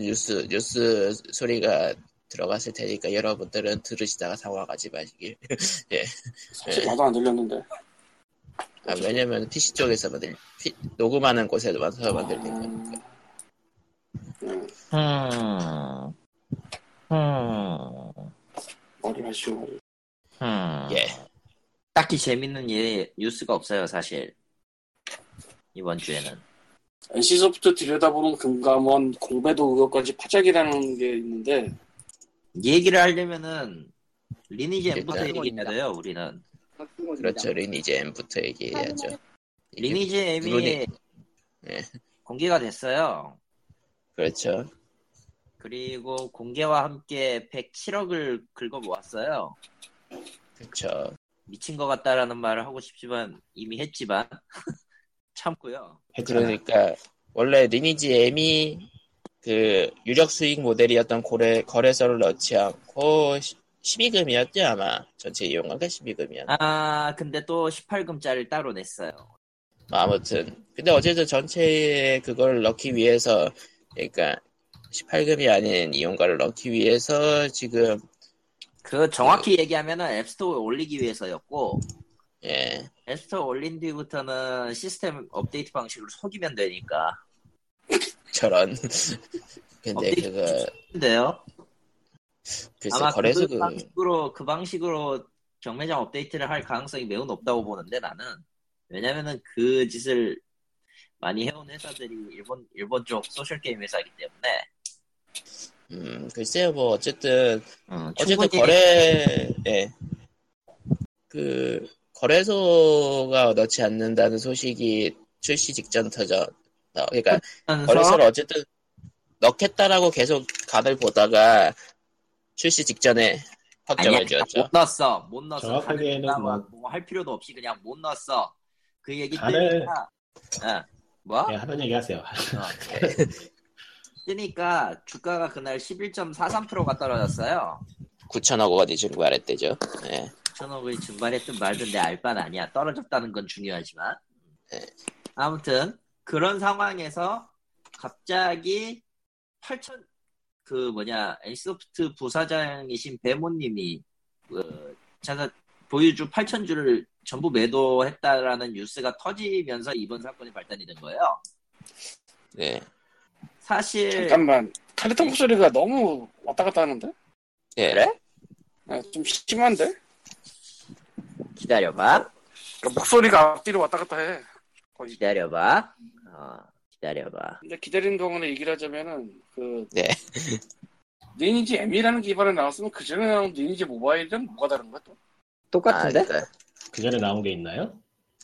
뉴스 뉴스 소리가 들어갔을 테니까 여러분들은 들으시다가 상황하지 마시길. 사실 나도 안 들렸는데. 아, 왜냐면 PC 쪽에서 만들, 피- 녹음하는 곳에서 만들어 만들린 거니까. 음, 음. 음. 머리 하시오 머리. 음. 예. 딱히 재밌는 일 뉴스가 없어요 사실 이번 주에는 NC소프트 들여다보는 금감원 공매도 의혹까지 파작이라는 게 있는데 얘기를 하려면은 리니지 엠부터 일단 얘기해야 돼요 우리는 그렇죠. 리니지 M부터 얘기해야죠. 이게- 리니지 엠이 물론이- 예. 공개가 됐어요 그렇죠. 그리고 공개와 함께 107억을 긁어 모았어요 그렇죠. 미친 것 같다라는 말을 하고 싶지만 이미 했지만 참고요 했잖아. 그러니까 원래 리니지 M이 그 유력 수익 모델이었던 거래, 거래소를 넣지 않고 12금이었죠 아마 전체 이용가가 12금이었나 아 근데 또 18금짜리를 따로 냈어요 뭐 아무튼 근데 어쨌든 전체에 그걸 넣기 위해서 그러니까 18금이 아닌 이용가를 넣기 위해서 지금 그 정확히 얘기하면은 앱스토어에 올리기 위해서였고 예 앱스토어 올린 뒤부터는 시스템 업데이트 방식으로 속이면 되니까 저런 근데 업데이트 그거 근데요 글쎄 아마 거래소 그 그 방식으로 그 방식으로 경매장 업데이트를 할 가능성이 매우 높다고 보는데 나는 왜냐면은 그 짓을 많이 해온 회사들이 일본 일본 쪽 소셜 게임 회사이기 때문에 음, 글쎄요 뭐 어쨌든 어, 어쨌든 충분히 거래 예. 그 거래소가 넣지 않는다는 소식이 출시 직전 터져 어, 그러니까 하면서 거래소를 어쨌든 넣겠다라고 계속 간을 보다가 출시 직전에 아니야 확정해 주었죠. 못 넣었어 못 넣었어 정확하게는 다른 뭐- 나라 뭐할 필요도 없이 그냥 못 넣었어 그 얘기 다른- 뜨니까 어, 뭐? 예, 하던 얘기 하세요. 어. 뜨니까 주가가 그날 11.43%가 떨어졌어요. 9천억 원이 증가했대죠. 예. 천억을 증발했든 말든 내 알바는 아니야. 떨어졌다는 건 중요하지만. 네. 아무튼 그런 상황에서 갑자기 8천 그 뭐냐 엔소프트 부사장이신 배모님이 그 자사 보유주 8천 주를 전부 매도했다라는 뉴스가 터지면서 이번 사건이 발단이 된 거예요. 네. 예. 사실 잠깐만 칼리턴 목소리가 너무 왔다 갔다 하는데? 예. 아, 좀 심한데? 기다려봐. 그러니까 목소리가 앞뒤로 왔다 갔다 해. 거의. 기다려봐. 어, 기다려봐. 근데 기다리는 동안에 얘기를 하자면은 그 네. 리니지 M이라는 게 이번에 나왔으면 그 전에 나온 리니지 모바일은 뭐가 다른 거야 또? 아, 그러니까- 그 전에 나온 게 있나요?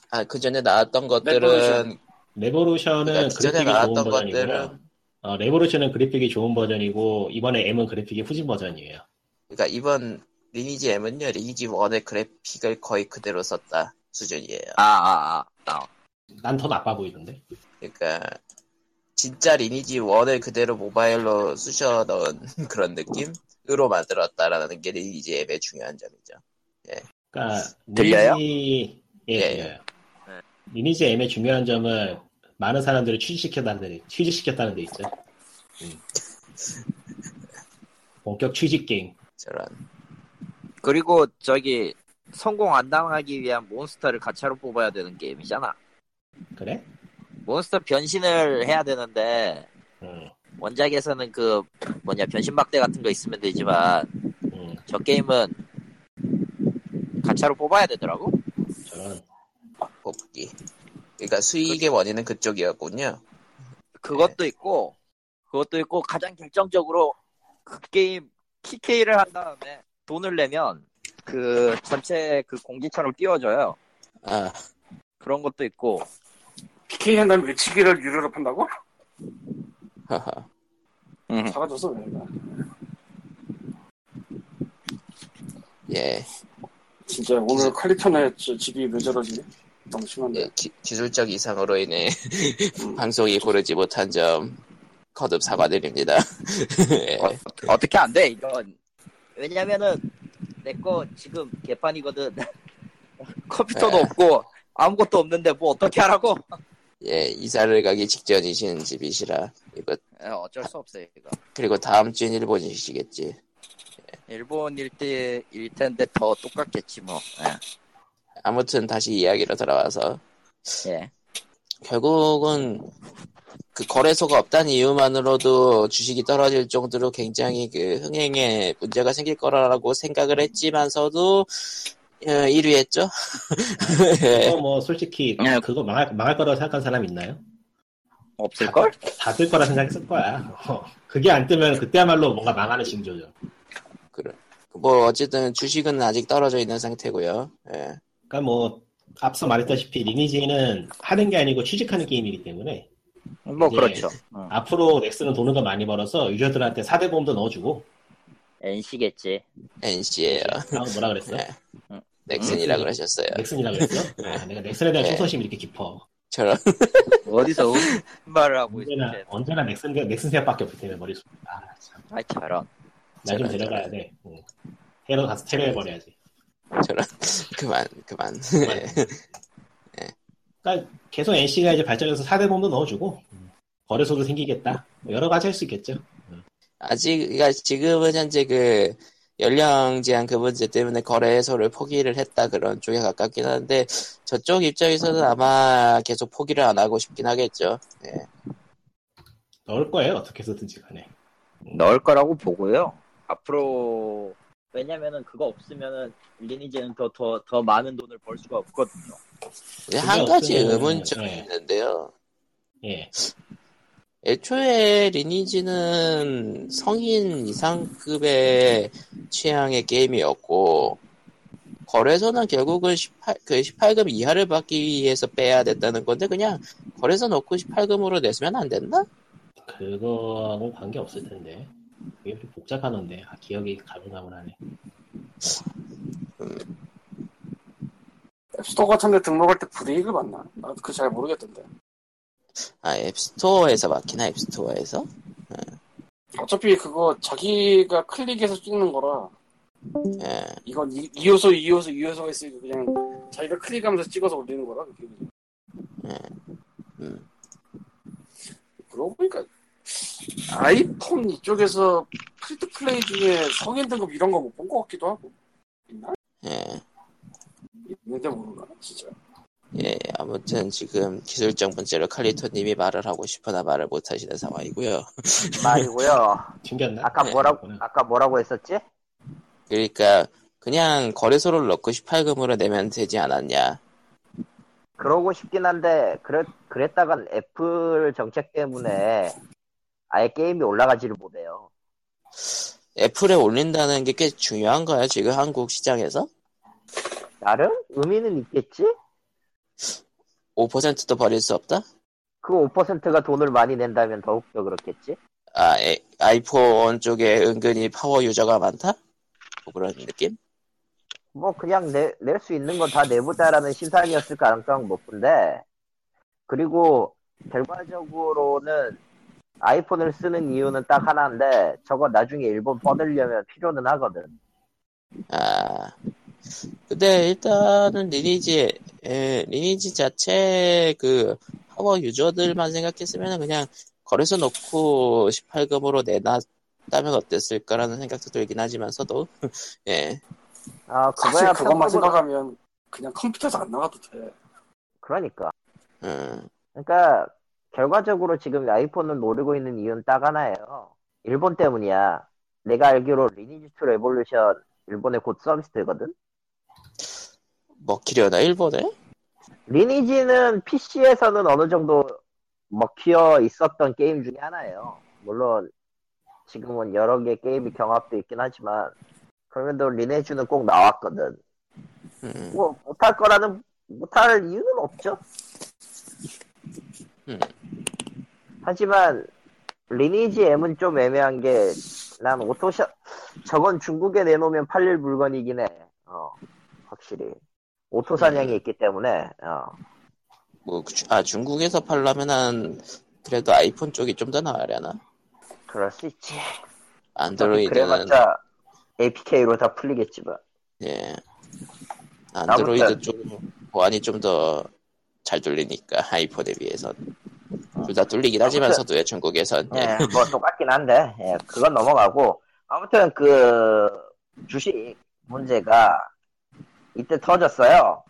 아, 그 전에 나왔던 것들은 레볼루션. 레보루션은 그러니까 그 전에 그래픽이 좋은 나왔던 버전이고요. 것들은 어, 레보루션은 그래픽이 좋은 버전이고 이번에 M은 그래픽이 후진 버전이에요. 그러니까 이번 리니지 M은요 리니지 1의 그래픽을 거의 그대로 썼다 수준이에요. 아, 아, 아. 아. 난 더 나빠 보이던데. 그러니까 진짜 리니지 1을 그대로 모바일로 쑤셔 넣은 그런 느낌으로 만들었다라는 게 리니지 앱의 중요한 점이죠. 그러니까 들려요? 리니지 예, 예, 들려요. 리니지 M의 중요한 점은 많은 사람들을 취직시켰다는 데, 취직시켰다는 데 있죠. 음. 본격 취직 게임. 저런 그리고 저기 성공 안 당하기 위한 몬스터를 가차로 뽑아야 되는 게임이잖아. 그래? 몬스터 변신을 해야 되는데 음, 원작에서는 그 뭐냐 변신 막대 같은 거 있으면 되지만 음, 저 게임은 가차로 뽑아야 되더라고. 저런. 뽑기. 그러니까 수익의 원인은 그쪽이었군요. 그것도 있고 그것도 있고 가장 결정적으로 그 게임 PK를 한 다음에 돈을 내면 그 전체 그 공지처럼 띄워줘요. 아 그런 것도 있고 PK 한다면 그 외치기를 유료로 판다고? 하하. 사라져서 왜? 이래. 예, 진짜 오늘 칼리턴의 저 집이 왜 저러지? 너무 심한데. 예, 기, 기술적 이상으로 인해 방송이 고르지 못한 점 거듭 사과드립니다. 예. 어, 어떻게 안 돼, 이건. 왜냐면은, 내 거 지금 개판이거든. 컴퓨터도 네. 없고, 아무것도 없는데 뭐 어떻게 하라고? 예, 이사를 가기 직전이신 집이시라 이거 에, 어쩔 네, 수 없어요, 이거. 그리고 다음 주엔 일본이시겠지. 일본일 때, 일 텐데 더 똑같겠지 뭐. 아무튼 다시 이야기로 돌아와서 예. 예. 결국은 그 거래소가 없다는 이유만으로도 주식이 떨어질 정도로 굉장히 그 흥행에 문제가 생길 거라고 생각을 했지만서도 1위 했죠. 예. 그거 뭐 솔직히 네. 예. 그거 망할, 망할 거라고 생각한 사람 있나요? 없을걸? 다 뜰 거라 생각했을 거야. 어. 그게 안 뜨면 그때야말로 뭔가 망하는 징조죠. 뭐 어쨌든 주식은 아직 떨어져 있는 상태고요. 예. 그러니까 뭐 앞서 말했다시피 리니지는 하는 게 아니고 취직하는 게임이기 때문에 뭐 예. 그렇죠. 어. 앞으로 넥슨은 돈을 더 많이 벌어서 유저들한테 4대 보험도 넣어주고 NC겠지. NC예요. 방금 아, 뭐라 그랬어? 네. 넥슨이라 음. 그러셨어요. 넥슨이라 그랬어? 아, 내가 넥슨에 대한 네. 소소심이 이렇게 깊어. 저런 어디서 운 말을 하고 있어. 언제나 언제나 넥슨 넥슨 생각밖에 없기 때문에 머릿속에 아이 저런. 나좀 저런, 데려가야 저런. 돼. 응. 테러 가서 테러해 버려야지. 저런 그만 그만. 예. 그러니까 계속 NC가 이제 발전해서 4대 보험도 넣어주고 음. 거래소도 생기겠다. 뭐 여러 가지 할 수 있겠죠. 아직 그러니까 지금은 현재 그 연령 제한 그 문제 때문에 거래소를 포기를 했다 그런 쪽에 가깝긴 한데 저쪽 입장에서는 아마 계속 포기를 안 하고 싶긴 하겠죠. 넣을 거예요. 어떻게 해서든지 간에. 넣을 거라고 보고요. 앞으로 왜냐면은 그거 없으면은 리니지는 더 더 더 많은 돈을 벌 수가 없거든요. 근데 한 가지 어쩌면은, 의문점이 예. 있는데요. 예. 애초에 리니지는 성인 이상급의 취향의 게임이었고 거래소는 결국은 18, 그 18금 이하를 받기 위해서 빼야 됐다는 건데 그냥 거래소 넣고 18금으로 냈으면 안 됐나? 그거하고 관계 없을 텐데. 이게 좀 복잡하던데. 아, 기억이 가물가물하네. 앱스토어 같은데 등록할 때 불이익을 받나? 나 그거 잘 모르겠던데. 아 앱스토어에서 막히나 앱스토어에서? 어차피 그거 자기가 클릭해서 찍는 거라 예. 이건 이, 이 요소 이 요소 이 요소가 있으니까 그냥 자기가 클릭하면서 찍어서 올리는 거라 그게 그냥. 음. 그러고 보니까 아이폰 이쪽에서 프리트 플레이 중에 성인 등급 이런 거 못 본 것 같기도 하고 있나? 예. 있는데 모르나 진짜 예, 아무튼 지금 기술적 문제로 칼리토님이 말을 하고 싶으나 말을 못 하시는 상황이고요. 말이고요. 튕겼나? 아까 네. 뭐라고 아까 뭐라고 했었지? 그러니까 그냥 거래소를 넣고 18금으로 내면 되지 않았냐? 그러고 싶긴 한데 그랬 그랬다간 애플 정책 때문에 아예 게임이 올라가지를 못해요. 애플에 올린다는 게 꽤 중요한 거야 지금 한국 시장에서 나름 의미는 있겠지? 5%도 버릴 수 없다. 그 5%가 돈을 많이 낸다면 더욱더 그렇겠지? 아 에- 아이폰 쪽에 은근히 파워 유저가 많다. 뭐 그런 느낌? 뭐 그냥 낼 수 있는 건 다 내보자라는 심사이었을 가능성 높은데 그리고 결과적으로는 아이폰을 쓰는 이유는 딱 하나인데 저거 나중에 일본 뻗으려면 필요는 하거든 아 근데 일단은 리니지 에, 리니지 자체 그 파워 유저들만 생각했으면 그냥 거래소 놓고 18금으로 내놨다면 어땠을까라는 생각도 들긴 하지만서도 예 아 사실 그거야 그것만 평소보다- 생각하면 그냥 컴퓨터에서 안 나가도 돼 그러니까 음. 그러니까 결과적으로 지금 아이폰을 노리고 있는 이유는 딱 하나예요 일본 때문이야 내가 알기로 리니지 2 레볼루션 일본에 곧 서비스 되거든 먹히려나 일본에? 리니지는 PC에서는 어느 정도 먹혀 있었던 게임 중에 하나예요. 물론 지금은 여러 개 게임이 경합도 있긴 하지만 그럼에도 리니지는 꼭 나왔거든. 음, 뭐 못할 거라는 못할 이유는 없죠. 음. 하지만 리니지 M은 좀 애매한 게 난 오토샵 저건 중국에 내놓으면 팔릴 물건이긴 해. 어, 확실히 오토 사냥이 있기 때문에 어. 뭐, 그 주- 아, 중국에서 팔려면은 그래도 아이폰 쪽이 좀 더 나으려나? 그럴 수 있지. 안드로이드는 그래봤자 APK로 다 풀리겠지만. 예 안드로이드 아무튼. 쪽 보안이 좀 더 잘 뚫리니까 아이폰에 비해서 어. 둘 다 뚫리긴 하지만서도 예, 중국에선 예. 예, 뭐 똑같긴 한데, 예, 그건 넘어가고. 아무튼 그 주식 문제가 이때 터졌어요.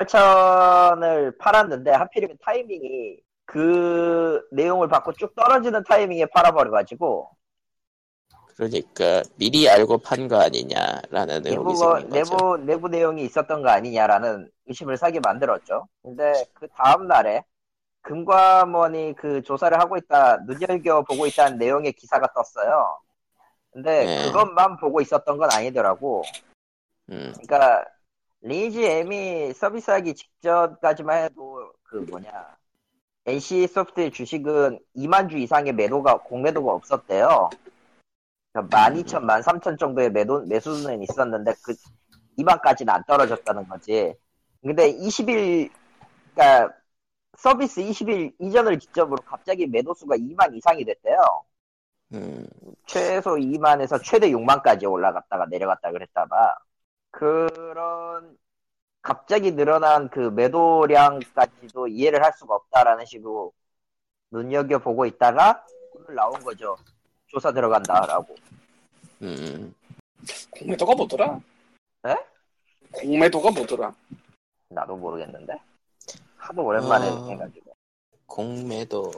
8천을 팔았는데 하필이면 타이밍이 그 내용을 받고 쭉 떨어지는 타이밍에 팔아버려가지고 그러니까 미리 알고 판 거 아니냐라는 네, 의혹이 내부가, 생긴 거죠. 내부, 내부 내용이 있었던 거 아니냐라는 의심을 사게 만들었죠. 근데 그 다음날에 금감원이 그 조사를 하고 있다, 눈여겨 보고 있다는 내용의 기사가 떴어요. 근데 네. 그것만 보고 있었던 건 아니더라고. 음, 그러니까 리니지 M이 서비스하기 직전까지만 해도 그 뭐냐 NC 소프트의 주식은 2만 주 이상의 매도가 공매도가 없었대요. 그러니까 12,000, 13,000 정도의 매도 매수는 있었는데 그 2만까지는 안 떨어졌다는 거지. 근데 20일 그러니까 서비스 20일 이전을 기점으로 갑자기 매도 수가 2만 이상이 됐대요. 음, 최소 2만에서 최대 6만까지 올라갔다가 내려갔다 그랬다가 그런 갑자기 늘어난 그 매도량까지도 이해를 할 수가 없다라는 식으로 눈여겨 보고 있다가 오늘 나온 거죠 조사 들어간다라고 음. 공매도가 뭐더라? 에? 공매도가 뭐더라? 나도 모르겠는데 하도 오랜만에 어. 해가지고 공매도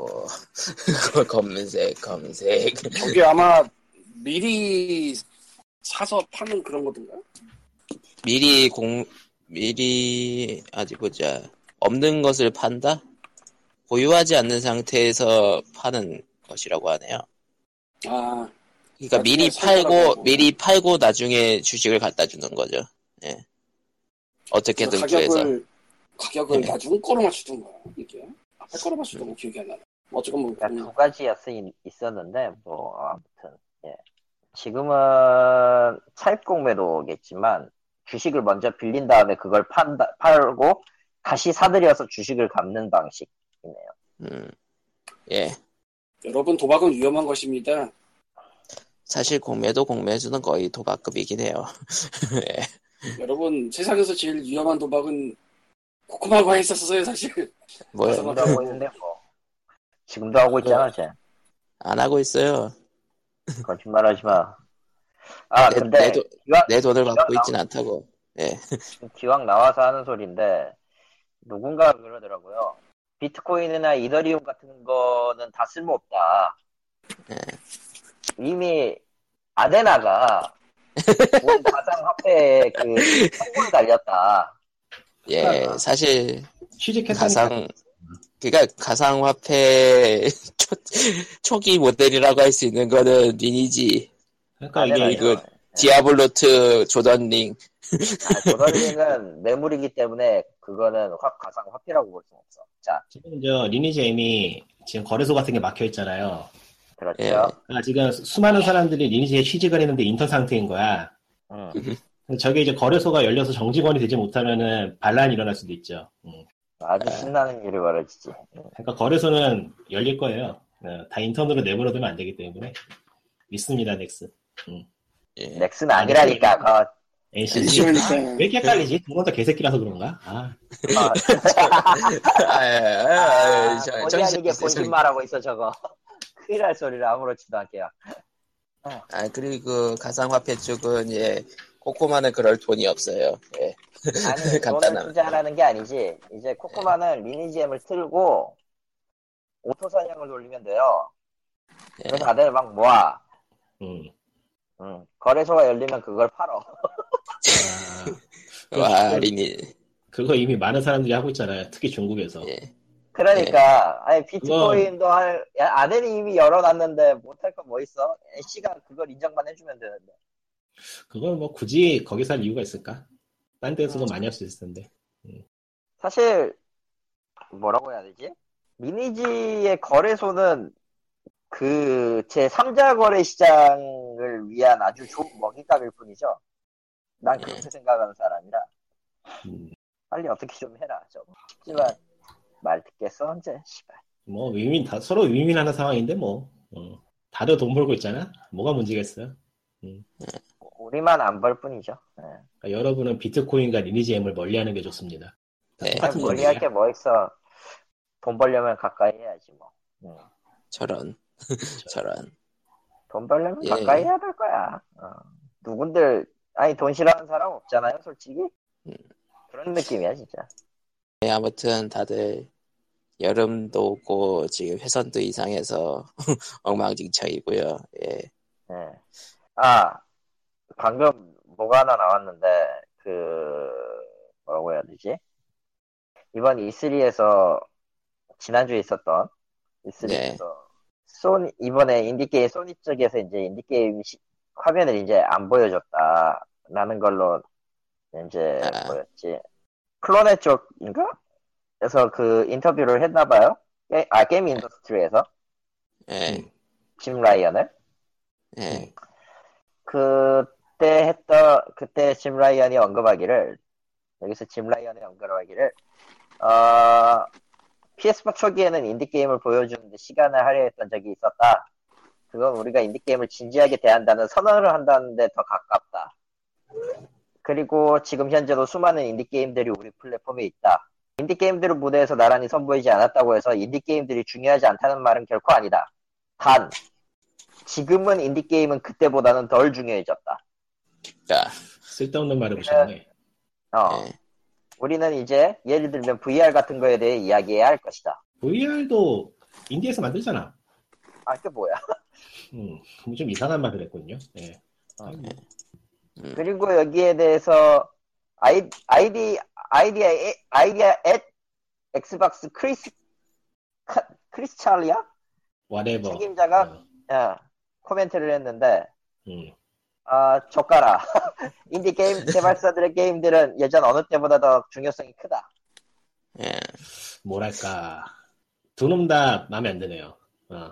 검색 검색 저게 아마 미리 사서 파는 그런 거든가? 미리 공 미리 어디 보자 없는 것을 판다 보유하지 않는 상태에서 파는 것이라고 하네요. 아, 그러니까 미리 나중에 팔고 뭐. 팔더라도. 미리 팔고 나중에 주식을 갖다 주는 거죠. 예. 그 어떻게든 구해서 가격을 가격을 네. 나중 거로 맞추던가 이게 앞에 거로 맞추던 거 기억이 안 나. 어쨌건 뭐 그러니까 음, 두 가지였 있었는데 뭐 아무튼 예 지금은 차입 공매도겠지만 주식을 먼저 빌린 다음에 그걸 판다 팔고 다시 사들여서 주식을 갚는 방식 음. 예. 여러분 도박은 위험한 것입니다. 사실 공매도 공매수는 거의 도박급이긴 해요. 예. 여러분 세상에서 제일 위험한 도박은 코코마가 있었어요 사실. 뭐요? 맞아. 지금도 하고 있는데 뭐 지금도 하고 있잖아 쟤 안 하고 있어요. 거짓말하지 마. 아 내, 근데 내 돈- 기왕, 내 돈을 갖고 있진 않다고. 예. 기왕 나와서 하는 소리인데 누군가 그러더라고요. 비트코인이나 이더리움 같은 거는 다 쓸모없다. 네. 이미 아데나가 온 가상 화폐에 그 선물 달렸다. 아, 예. 사실 취직했으니까 가상 그니까 가상화폐 초, 초기 모델이라고 할 수 있는 거는 리니지 네. 그러니까 아데나 이게 이거- 디아블로트 조던링 조던링은 아, 매물이기 때문에 그거는 확 가상 화폐라고 볼 수 없어. 자 지금 저 리니지 M이 지금 거래소 같은 게 막혀 있잖아요. 그렇죠. 예. 그러니까 지금 수- 수많은 사람들이 리니지에 취직을 했는데 인턴 상태인 거야. 음. 그, 근데 저게 이제 거래소가 열려서 정직원이 되지 못하면은 반란이 일어날 수도 있죠. 음. 아주 신나는 일이 벌어지지. 그러니까 거래소는 열릴 거예요. 어, 다 인턴으로 내버려두면 안 되기 때문에 믿습니다, 넥스. 예. 넥슨 아니라니까. 거, NCT 왜 그러니까 이렇게 헷갈리지? 누가 다 개새끼라서 그런가? 아, 거, 아, 예, 아예 본의 아니게 본짓말하고 있어 저거 큰일 날 소리를 아무렇지도 않게 요 아 그리고 가상화폐 쪽은 예 코코마는 그럴 돈이 없어요. 예. 아니 돈을 간단한. 투자하라는 게 아니지 이제 코코마는 리니지엠을 틀고 오토사냥을 돌리면 돼요 예. 그래서 다들 막 모아 음. 음, 거래소가 열리면 그걸 팔어 아, 네. 와 리니 그거 이미 많은 사람들이 하고 있잖아요. 특히 중국에서. 예. 그러니까 아니 비트코인도 할 야, 아덴이 이미 열어놨는데 못할 건 뭐 있어 씨가 그걸 인정만 해주면 되는데 그걸 뭐 굳이 거기서 할 이유가 있을까? 딴 데서도 많이 할 수 있을 텐데. 사실 뭐라고 해야 되지? 리니지의 거래소는 그 제 3자 거래 시장을 위한 아주 좋은 먹잇감일 뿐이죠. 난 그렇게 생각하는 사람이라 음. 빨리 어떻게 좀 해라 좀. 하지만 말 듣겠어 언제? 씨발. 뭐 위민 다 서로 위민하는 상황인데 뭐 어. 다들 돈 벌고 있잖아. 뭐가 문제겠어요? 우리만 안 벌 뿐이죠. 예. 그러니까 여러분은 비트코인과 리니지엠을 멀리하는 게 좋습니다. 다 네. 똑같은 멀리 거예요. 할 게 뭐 있어? 돈 벌려면 가까이 해야지 뭐. 음. 저런 저런 돈 벌려면 예. 가까이 해야 될 거야. 어. 누군들 아니 돈 싫어하는 사람 없잖아요 솔직히 음. 그런 느낌이야 진짜 네, 아무튼 다들 여름도 오고 지금 회선도 이상해서 엉망진창이고요. 예. 예. 아 방금 뭐가 하나 나왔는데 그 뭐라고 해야 되지 이번 E3에서 지난주에 있었던 E3에서 네. 소니 이번에 인디게임 소니 쪽에서 이제 인디게임 시- 화면을 이제 안 보여줬다라는 걸로 이제 아. 뭐였지 플로네 쪽인가? 그래서 그 인터뷰를 했나봐요 게, 아 게임 인더스트리에서 음. 예. 짐 라이언을 예. 네. 그때 했던 그때 짐 라이언이 언급하기를 여기서 짐 라이언이 언급하기를 어, PS4 초기에는 인디 게임을 보여주는데 시간을 할애했던 적이 있었다. 그건 우리가 인디 게임을 진지하게 대한다는 선언을 한다는데 더 가깝다. 그리고 지금 현재도 수많은 인디 게임들이 우리 플랫폼에 있다. 인디 게임들을 무대에서 나란히 선보이지 않았다고 해서 인디 게임들이 중요하지 않다는 말은 결코 아니다. 단 지금은 인디게임은 그때보다는 덜 중요해졌다. 자, 쓸데없는 말을 붙였네. 어, 예. 우리는 이제 예를 들면 VR 같은 거에 대해 이야기해야 할 것이다. VR도 인디에서 만들잖아. 아, 그 뭐야. 음, 좀 이상한 말을 했군요. 예. 어. 아이고, 그리고 여기에 대해서 아이, 아이디, 아이디아, 에- 아이디아 앳 엑스박스 크리스, 카- 크리스찰리아? 네, 뭐. whatever. 책임자가? 어, 예, 코멘트를 했는데, 음. 아, 젓가라. 인디게임 개발사들의 게임들은 예전 어느 때보다 더 중요성이 크다. 예. 뭐랄까 두 놈 다 마음에 안 드네요. 어.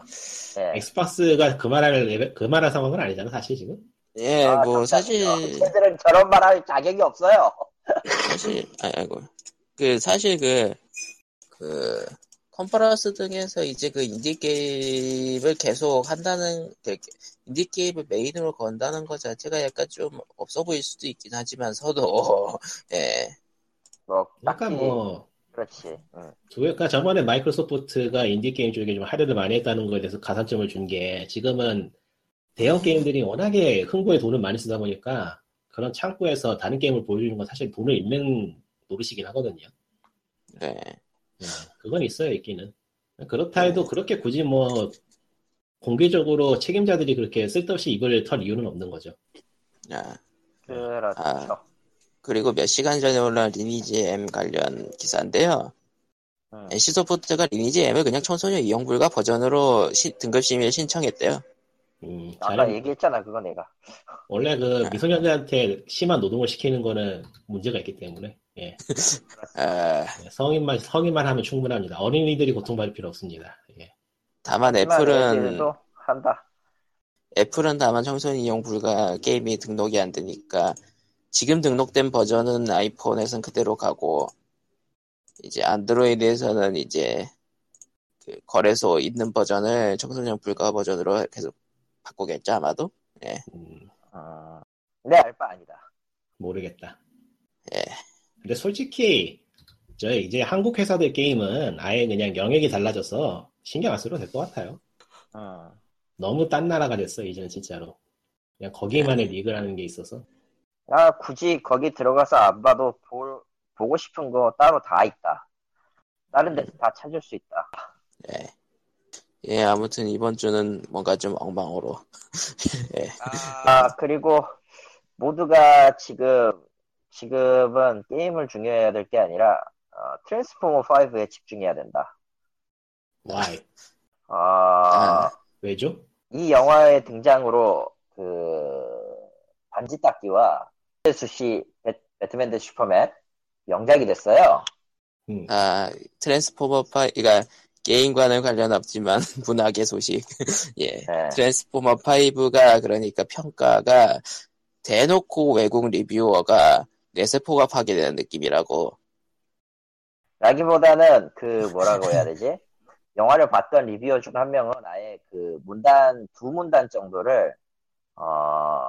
예. 엑스박스가 그 말할 레벨- 그 말할 상황은 아니잖아 사실 지금. 예, 아, 뭐 감사합니다. 사실 쟤들은 저런 말 할 자격이 없어요. 사실 아, 아이고 그 사실 그, 그 컨퍼런스 등에서 이제 그 인디 게임을 계속 한다는 그 인디 게임을 메인으로 건다는 것 자체가 약간 좀 없어 보일 수도 있긴 하지만서도 예 뭐, 그러니까 딱히 뭐 그렇지. 음, 응. 그러니까 저번에 마이크로소프트가 인디 게임 쪽에 좀 할애를 많이 했다는 거에 대해서 가산점을 준 게 지금은 대형 게임들이 워낙에 흥부에 돈을 많이 쓰다 보니까 그런 창구에서 다른 게임을 보여주는 건 사실 돈을 잃는 노릇이긴 하거든요. 네. 예, 그건 있어요 있기는. 그렇다 해도 그렇게 굳이 뭐 공개적으로 책임자들이 그렇게 쓸데없이 입을 털 이유는 없는 거죠. 아, 그렇죠. 아. 그리고 몇 시간 전에 올라온 리니지 M 관련 기사인데요. 음. NC 소프트가 리니지 M을 그냥 청소년 이용 불가 버전으로 시- 등급 심의를 신청했대요. 음, 아까 잘해- 얘기했잖아, 그거 내가. 원래 그 미소년자한테 심한 노동을 시키는 거는 문제가 있기 때문에 예. 아, 성인만 성인만 하면 충분합니다. 어린이들이 고통받을 필요 없습니다. 예. 다만 하지만 애플은 얘기해도 한다. 애플은 다만 청소년 이용 불가 게임이 등록이 안 되니까 지금 등록된 버전은 아이폰에선 그대로 가고 이제 안드로이드에서는 이제 그 거래소 있는 버전을 청소년 불가 버전으로 계속 바꾸겠죠 아마도 음, 어, 내 알바 아니다. 모르겠다. 예. 근데 솔직히 저 이제 한국 회사들 게임은 아예 그냥 영역이 달라져서 신경 안 써도 될 것 같아요. 어. 너무 딴 나라가 됐어 이제는 진짜로. 그냥 예. 거기만의 리그라는 게 있어서 아, 굳이 거기 들어가서 안 봐도 볼, 보고 싶은 거 따로 다 있다. 다른 데서 다 찾을 수 있다. 예, 아무튼 이번 주는 뭔가 좀 엉망으로. 아, 그리고 모두가 지금, 지금은 게임을 중요해야 될 게 아니라, 어, 트랜스포머 5에 집중해야 된다. why 아, 왜죠? 이 영화의 등장으로 그 반지 닦기와 수시 배트맨 대 슈퍼맨 명작이 됐어요. 음. 아, 트랜스포머 파이, 그러니까 게임과는 관련 없지만 문학의 소식. 예. 네. 트랜스포머 5가 그러니까 평가가 대놓고 외국 리뷰어가 내세포가 파괴되는 느낌이라고. 라기보다는 그 뭐라고 해야 되지? 영화를 봤던 리뷰어 중 한 명은 아예 그 문단 두 문단 정도를 어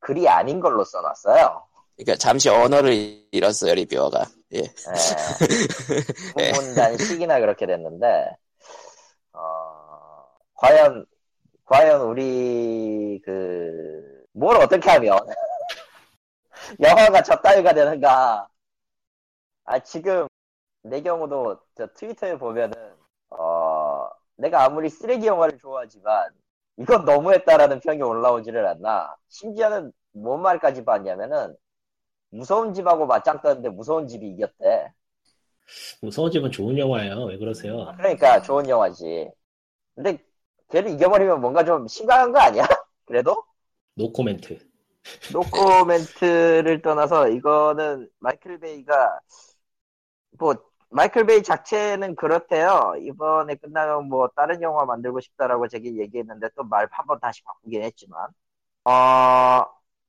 글이 아닌 걸로 써놨어요. 그러니까 잠시 언어를 잃었어요, 리뷰어가. 예. 예. 네. 두 문단씩이나 그렇게 됐는데 어 과연 과연 우리 그 뭘 어떻게 하면 영화가 적다위가 되는가? 아 지금 내 경우도 저 트위터에 보면은 어 내가 아무리 쓰레기 영화를 좋아하지만 이건 너무했다라는 평이 올라오지를 않나. 심지어는 뭔 말까지 봤냐면은 무서운 집하고 맞짱 떴는데 무서운 집이 이겼대. 무서운 집은 뭐 좋은 영화예요. 왜 그러세요? 그러니까 좋은 영화지. 근데 걔를 이겨버리면 뭔가 좀 심각한 거 아니야? 그래도? 노 코멘트. 노코멘트를 떠나서 이거는 마이클 베이가 뭐 마이클 베이 자체는 그렇대요. 이번에 끝나면 뭐 다른 영화 만들고 싶다라고 제게 얘기했는데 또 말 한 번 다시 바꾸긴 했지만 어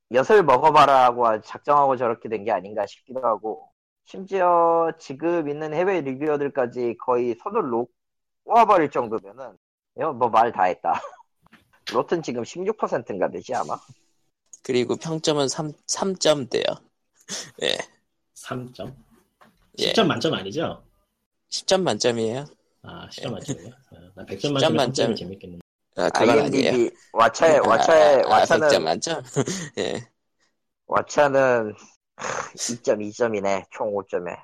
엿을 먹어봐라고 작정하고 저렇게 된 게 아닌가 싶기도 하고 심지어 지금 있는 해외 리뷰어들까지 거의 손을 놓 꼬아버릴 정도면은 뭐 말 다 했다. 로튼 지금 16%인가 되지 아마? 그리고 평점은 3, 3점대요. 3점. 예. 10점 만점 아니죠? 10점 만점이에요. 아, 10점 만점이에요? 어, 난 100점 10점 만점에 만점. 3점이 재밌겠네. 아, 그건 아니에요. 와차에 와차에 아, 아, 아, 와차는 100점 만점? 예. 와차는 2.2점이네 총 5점에.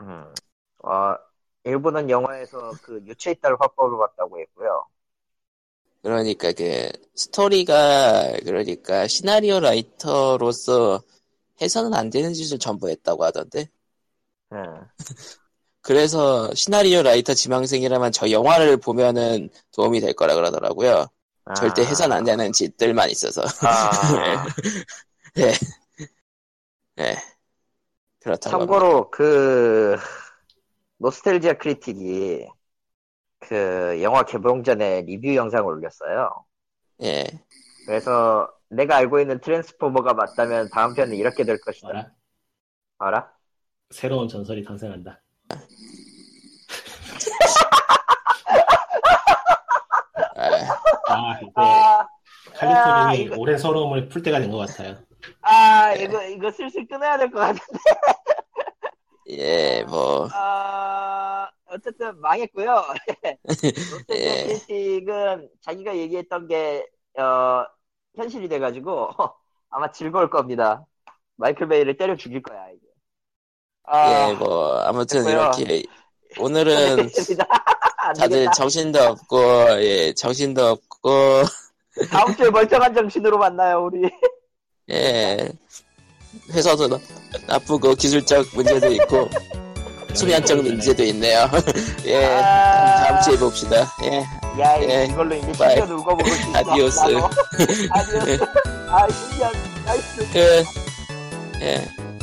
음. 어 일본은 영화에서 그 유체이탈 화법을 봤다고 했고요. 그러니까 그 스토리가 그러니까 시나리오 라이터로서 해서는 안 되는 짓을 전부 했다고 하던데. 음. 그래서 시나리오 라이터 지망생이라면 저 영화를 보면은 도움이 될 거라 그러더라고요. 아. 절대 해선 안 되는 짓들만 있어서. 아, 예. 그렇다고. 합니다. 참고로 그 노스텔지아 크리틱이 그 영화 개봉 전에 리뷰 영상을 올렸어요. 예. 그래서 내가 알고 있는 트랜스포머가 맞다면 다음 편은 이렇게 될 것이다. 봐라. 알아? 새로운 전설이 탄생한다. 아, 아, 이제 아, 아, 칼리토님이 이거- 오랜 서러움을 풀 때가 된 것 같아요. 아 이거 이거 슬슬 끊어야 될 것 같은데. 예, 뭐, 아, 어쨌든 망했고요. 예. 로스텔지아크리틱은 자기가 얘기했던 게 어, 현실이 돼가지고 아마 즐거울 겁니다. 마이클 베이를 때려 죽일 거야 이게. 아, 예, 뭐, 아무튼 됐고요. 이렇게. 오늘은 모르겠습니다. 안 다들 되겠다. 정신도 없고, 예, 정신도 없고, 다음 주에 멀쩡한 정신으로 만나요 우리. 예. 회사도 나- 나쁘고, 기술적 문제도 있고, 네. 수면적 문제도 있네요. 예. 아. 다음 주에 봅시다. 예. 야, 예. 이걸로 이제 바이. 신경 울고 먹을 수 있어. 아디오스. 예. 나도. 아디오스. 아, 신기한. 나이스. 끝. 예.